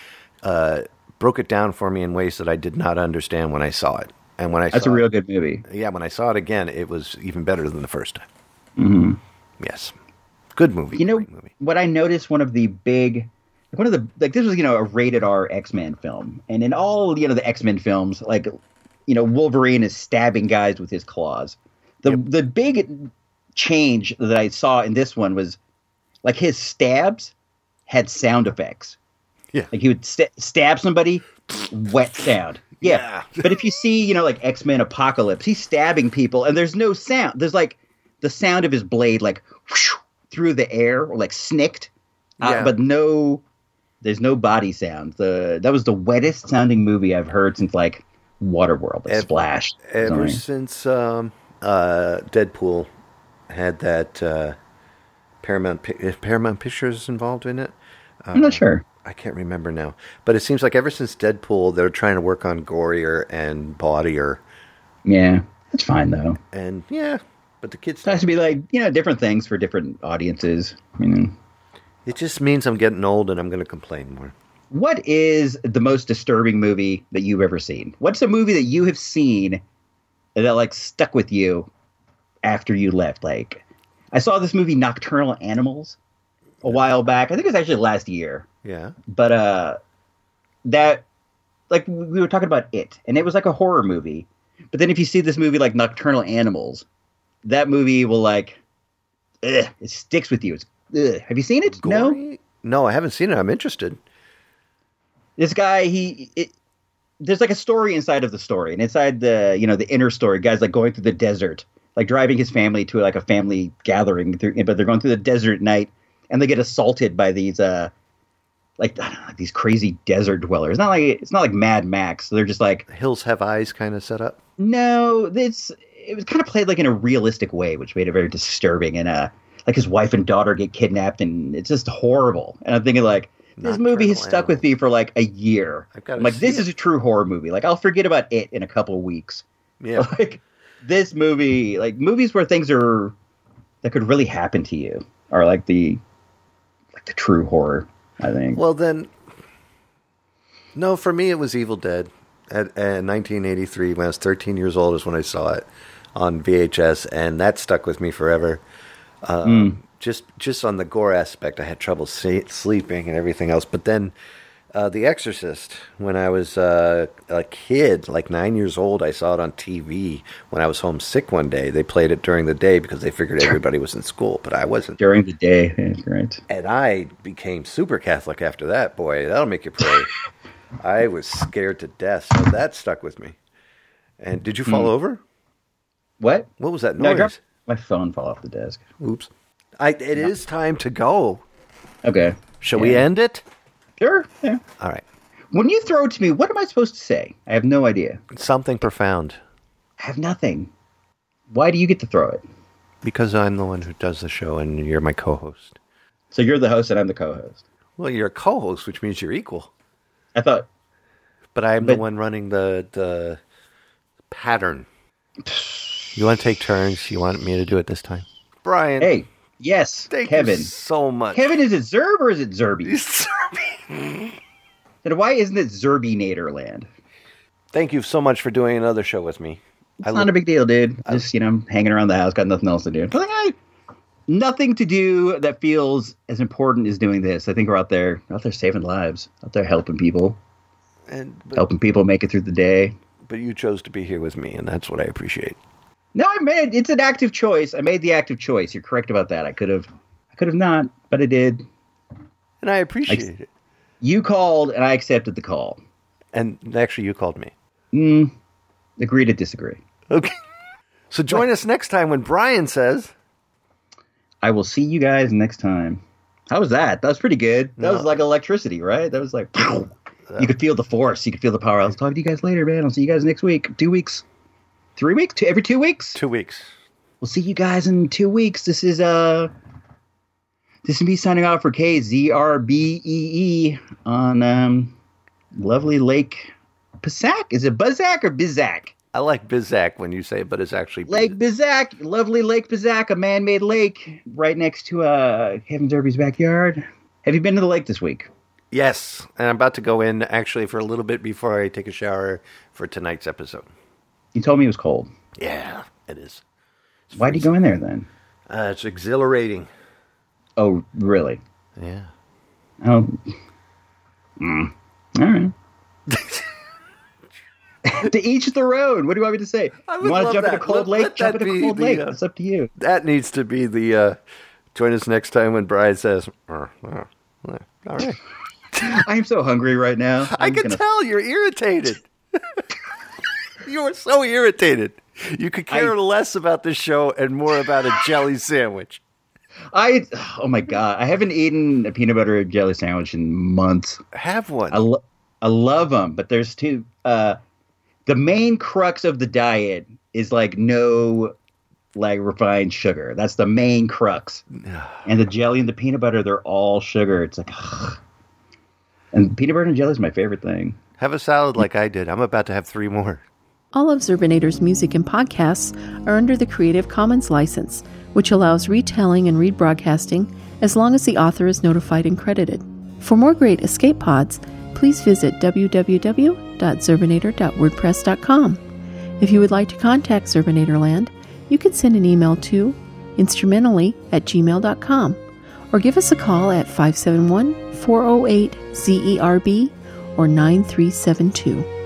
Speaker 2: uh, broke it down for me in ways that I did not understand when I saw it. And when I
Speaker 1: That's
Speaker 2: saw
Speaker 1: a real
Speaker 2: it,
Speaker 1: good movie.
Speaker 2: yeah, when I saw it again, it was even better than the first time.
Speaker 1: Mm-hmm.
Speaker 2: Yes, good movie.
Speaker 1: you know
Speaker 2: great movie.
Speaker 1: what I noticed one of the big like one of the like this was you know a rated R X-Men film and in all you know the X-Men films like you know Wolverine is stabbing guys with his claws. The the big change that I saw in this one was like his stabs had sound effects.
Speaker 2: Yeah.
Speaker 1: Like he would st- stab somebody wet sound. Yeah.
Speaker 2: Yeah.
Speaker 1: but if you see, you know, like X-Men Apocalypse, he's stabbing people and there's no sound. There's like the sound of his blade like whoosh, through the air or like snicked. Uh,
Speaker 2: Yeah.
Speaker 1: but no there's no body sound. The that was the wettest sounding movie I've heard since like Waterworld, like
Speaker 2: Ev-
Speaker 1: Splash.
Speaker 2: Ever
Speaker 1: Sorry.
Speaker 2: since um, uh, Deadpool had that uh, Paramount Pi- if Paramount Pictures involved in it,
Speaker 1: I'm
Speaker 2: Uh-huh.
Speaker 1: not sure.
Speaker 2: I can't remember now, but it seems like ever since Deadpool, they're trying to work on gorier and bawdier,
Speaker 1: Yeah. That's fine though.
Speaker 2: and yeah, but the kids.
Speaker 1: It has to be like, you know, different things for different audiences. I mean,
Speaker 2: It just means I'm getting old and I'm going to complain more.
Speaker 1: what is the most disturbing movie that you've ever seen? What's a movie that you have seen that like stuck with you after you left? Like, I saw this movie Nocturnal Animals a while back. I think it was actually last year,
Speaker 2: Yeah,
Speaker 1: but uh, that like we were talking about it, and it was like a horror movie. But then if you see this movie like Nocturnal Animals, that movie will like, ugh, it sticks with you. It's ugh. have you seen it? No.
Speaker 2: Gory? no, I haven't seen it. I'm interested.
Speaker 1: this guy he it, there's like a story inside of the story and inside the you know the inner story guys like going through the desert like driving his family to like a family gathering through, but they're going through the desert at night and they get assaulted by these uh like I don't know, like these crazy desert dwellers not like it's not like mad max they're just like
Speaker 2: Hills Have Eyes kind of set up.
Speaker 1: no it's it was kind of played like in a realistic way which made it very disturbing and uh like his wife and daughter get kidnapped and it's just horrible and i'm thinking like this movie has
Speaker 2: Nocturnal
Speaker 1: stuck with me for like a year
Speaker 2: I've gotta
Speaker 1: I'm like
Speaker 2: see
Speaker 1: this
Speaker 2: it.
Speaker 1: is a true horror movie like i'll forget about it in a couple of weeks
Speaker 2: Yeah,
Speaker 1: like this movie like movies where things are that could really happen to you are like the like the true horror i think
Speaker 2: Well, then, no, for me, it was Evil Dead. At, at 1983, when I was 13 years old, is when I saw it on VHS, and that stuck with me forever. Um, Just just on the gore aspect, I had trouble see- sleeping and everything else. But then, uh, The Exorcist, when I was uh, a kid, like nine years old, I saw it on TV when I was homesick one day. They played it during the day because they figured everybody was in school, but I wasn't.
Speaker 1: during the day yeah, right
Speaker 2: And I became super Catholic after that. Boy, that'll make you pray. I was scared to death, so that stuck with me. And did you fall over?
Speaker 1: what
Speaker 2: What was that
Speaker 1: no Hmm. I
Speaker 2: noise?
Speaker 1: dropped my phone fell off the desk
Speaker 2: Oops. I, it is time to go.
Speaker 1: okay
Speaker 2: Shall we
Speaker 1: Yeah.
Speaker 2: end it?
Speaker 1: sure yeah
Speaker 2: All right.
Speaker 1: when you throw it to me what am i supposed to say i have no idea
Speaker 2: Something profound,
Speaker 1: i have nothing why do you get to throw it
Speaker 2: because I'm the one who does the show, and you're my co-host.
Speaker 1: so you're the host and i'm the co-host
Speaker 2: Well, you're a co-host, which means you're equal.
Speaker 1: i thought
Speaker 2: But I'm
Speaker 1: But-
Speaker 2: the one running the the pattern. You want to take turns? You want me to do it this time, Brian?
Speaker 1: hey yes
Speaker 2: thank
Speaker 1: kevin
Speaker 2: you so much.
Speaker 1: Kevin, is it Zerb or is it Zerby?
Speaker 2: Disturbing.
Speaker 1: Then why isn't it Zerbinator Land?
Speaker 2: Thank you so much for doing another show with me. I
Speaker 1: Not a big deal, dude. Just you know, hanging around the house, got nothing else to do. Like, I- nothing to do that feels as important as doing this. I think we're out there, out there saving lives, out there helping people,
Speaker 2: and, but,
Speaker 1: helping people make it through the day.
Speaker 2: but you chose to be here with me, and that's what I appreciate.
Speaker 1: No, I made it's an active choice. I made the active choice. You're correct about that. I could have, I could have not, but I did.
Speaker 2: And I appreciate it.
Speaker 1: You called, and I accepted the call.
Speaker 2: And actually, you called me.
Speaker 1: Agree to disagree.
Speaker 2: Okay. So join us next time when Brian says.
Speaker 1: I will see you guys next time. How was that? That was pretty good. That was
Speaker 2: No.
Speaker 1: like electricity, right? That was like you could feel the force, you could feel the power. I'll talk to you guys later, man. I'll see you guys next week. Two weeks. Three weeks? Two, every two weeks?
Speaker 2: Two weeks.
Speaker 1: We'll see you guys in two weeks. This is uh this is me signing off for KZRBEE E on um lovely Lake Pizzac. Is it Buzac or Bizac?
Speaker 2: I like Bizak when you say it, but it's actually Biz-
Speaker 1: Lake Bizac, lovely Lake Bizac, a man-made lake right next to uh, Kevin Derby's backyard. Have you been to the lake this week?
Speaker 2: Yes, and I'm about to go in actually for a little bit before I take a shower for tonight's episode.
Speaker 1: You told me it was cold.
Speaker 2: Yeah, it is.
Speaker 1: Why'd you go in there then?
Speaker 2: Uh, it's exhilarating.
Speaker 1: Oh, really?
Speaker 2: Yeah.
Speaker 1: Oh, Mm. all right. to each their own. What do you want me to say?
Speaker 2: I would
Speaker 1: you want
Speaker 2: love
Speaker 1: to jump in
Speaker 2: that.
Speaker 1: a cold
Speaker 2: Let-
Speaker 1: lake?
Speaker 2: let
Speaker 1: Jump
Speaker 2: that
Speaker 1: in a
Speaker 2: be
Speaker 1: cold
Speaker 2: the,
Speaker 1: lake.
Speaker 2: uh,
Speaker 1: It's up to you.
Speaker 2: That needs to be the uh, join us next time when Brian says, "Uh, uh, uh." all right.
Speaker 1: I am so hungry right now.
Speaker 2: i
Speaker 1: I'm
Speaker 2: can
Speaker 1: gonna-
Speaker 2: tell you're irritated. you are so irritated. You could care
Speaker 1: I-
Speaker 2: less about this show and more about a jelly sandwich.
Speaker 1: I oh my god! I haven't eaten a peanut butter and jelly sandwich in months.
Speaker 2: Have one.
Speaker 1: I, lo- I love them, but there's two. Uh, the main crux of the diet is like no like refined sugar. That's the main crux. and the jelly and the peanut butter, they're all sugar. It's like, ugh. and peanut butter and jelly is my favorite thing.
Speaker 2: Have a salad like I did. I'm about to have three more.
Speaker 4: All of Zerbinator's music and podcasts are under the Creative Commons license, which allows retelling and rebroadcasting as long as the author is notified and credited. For more great escape pods, please visit www.zerbinator.wordpress.com. If you would like to contact Zerbinator Land, you can send an email to instrumentally at gmail.com or give us a call oh E at 571 408 ZERB or 9372.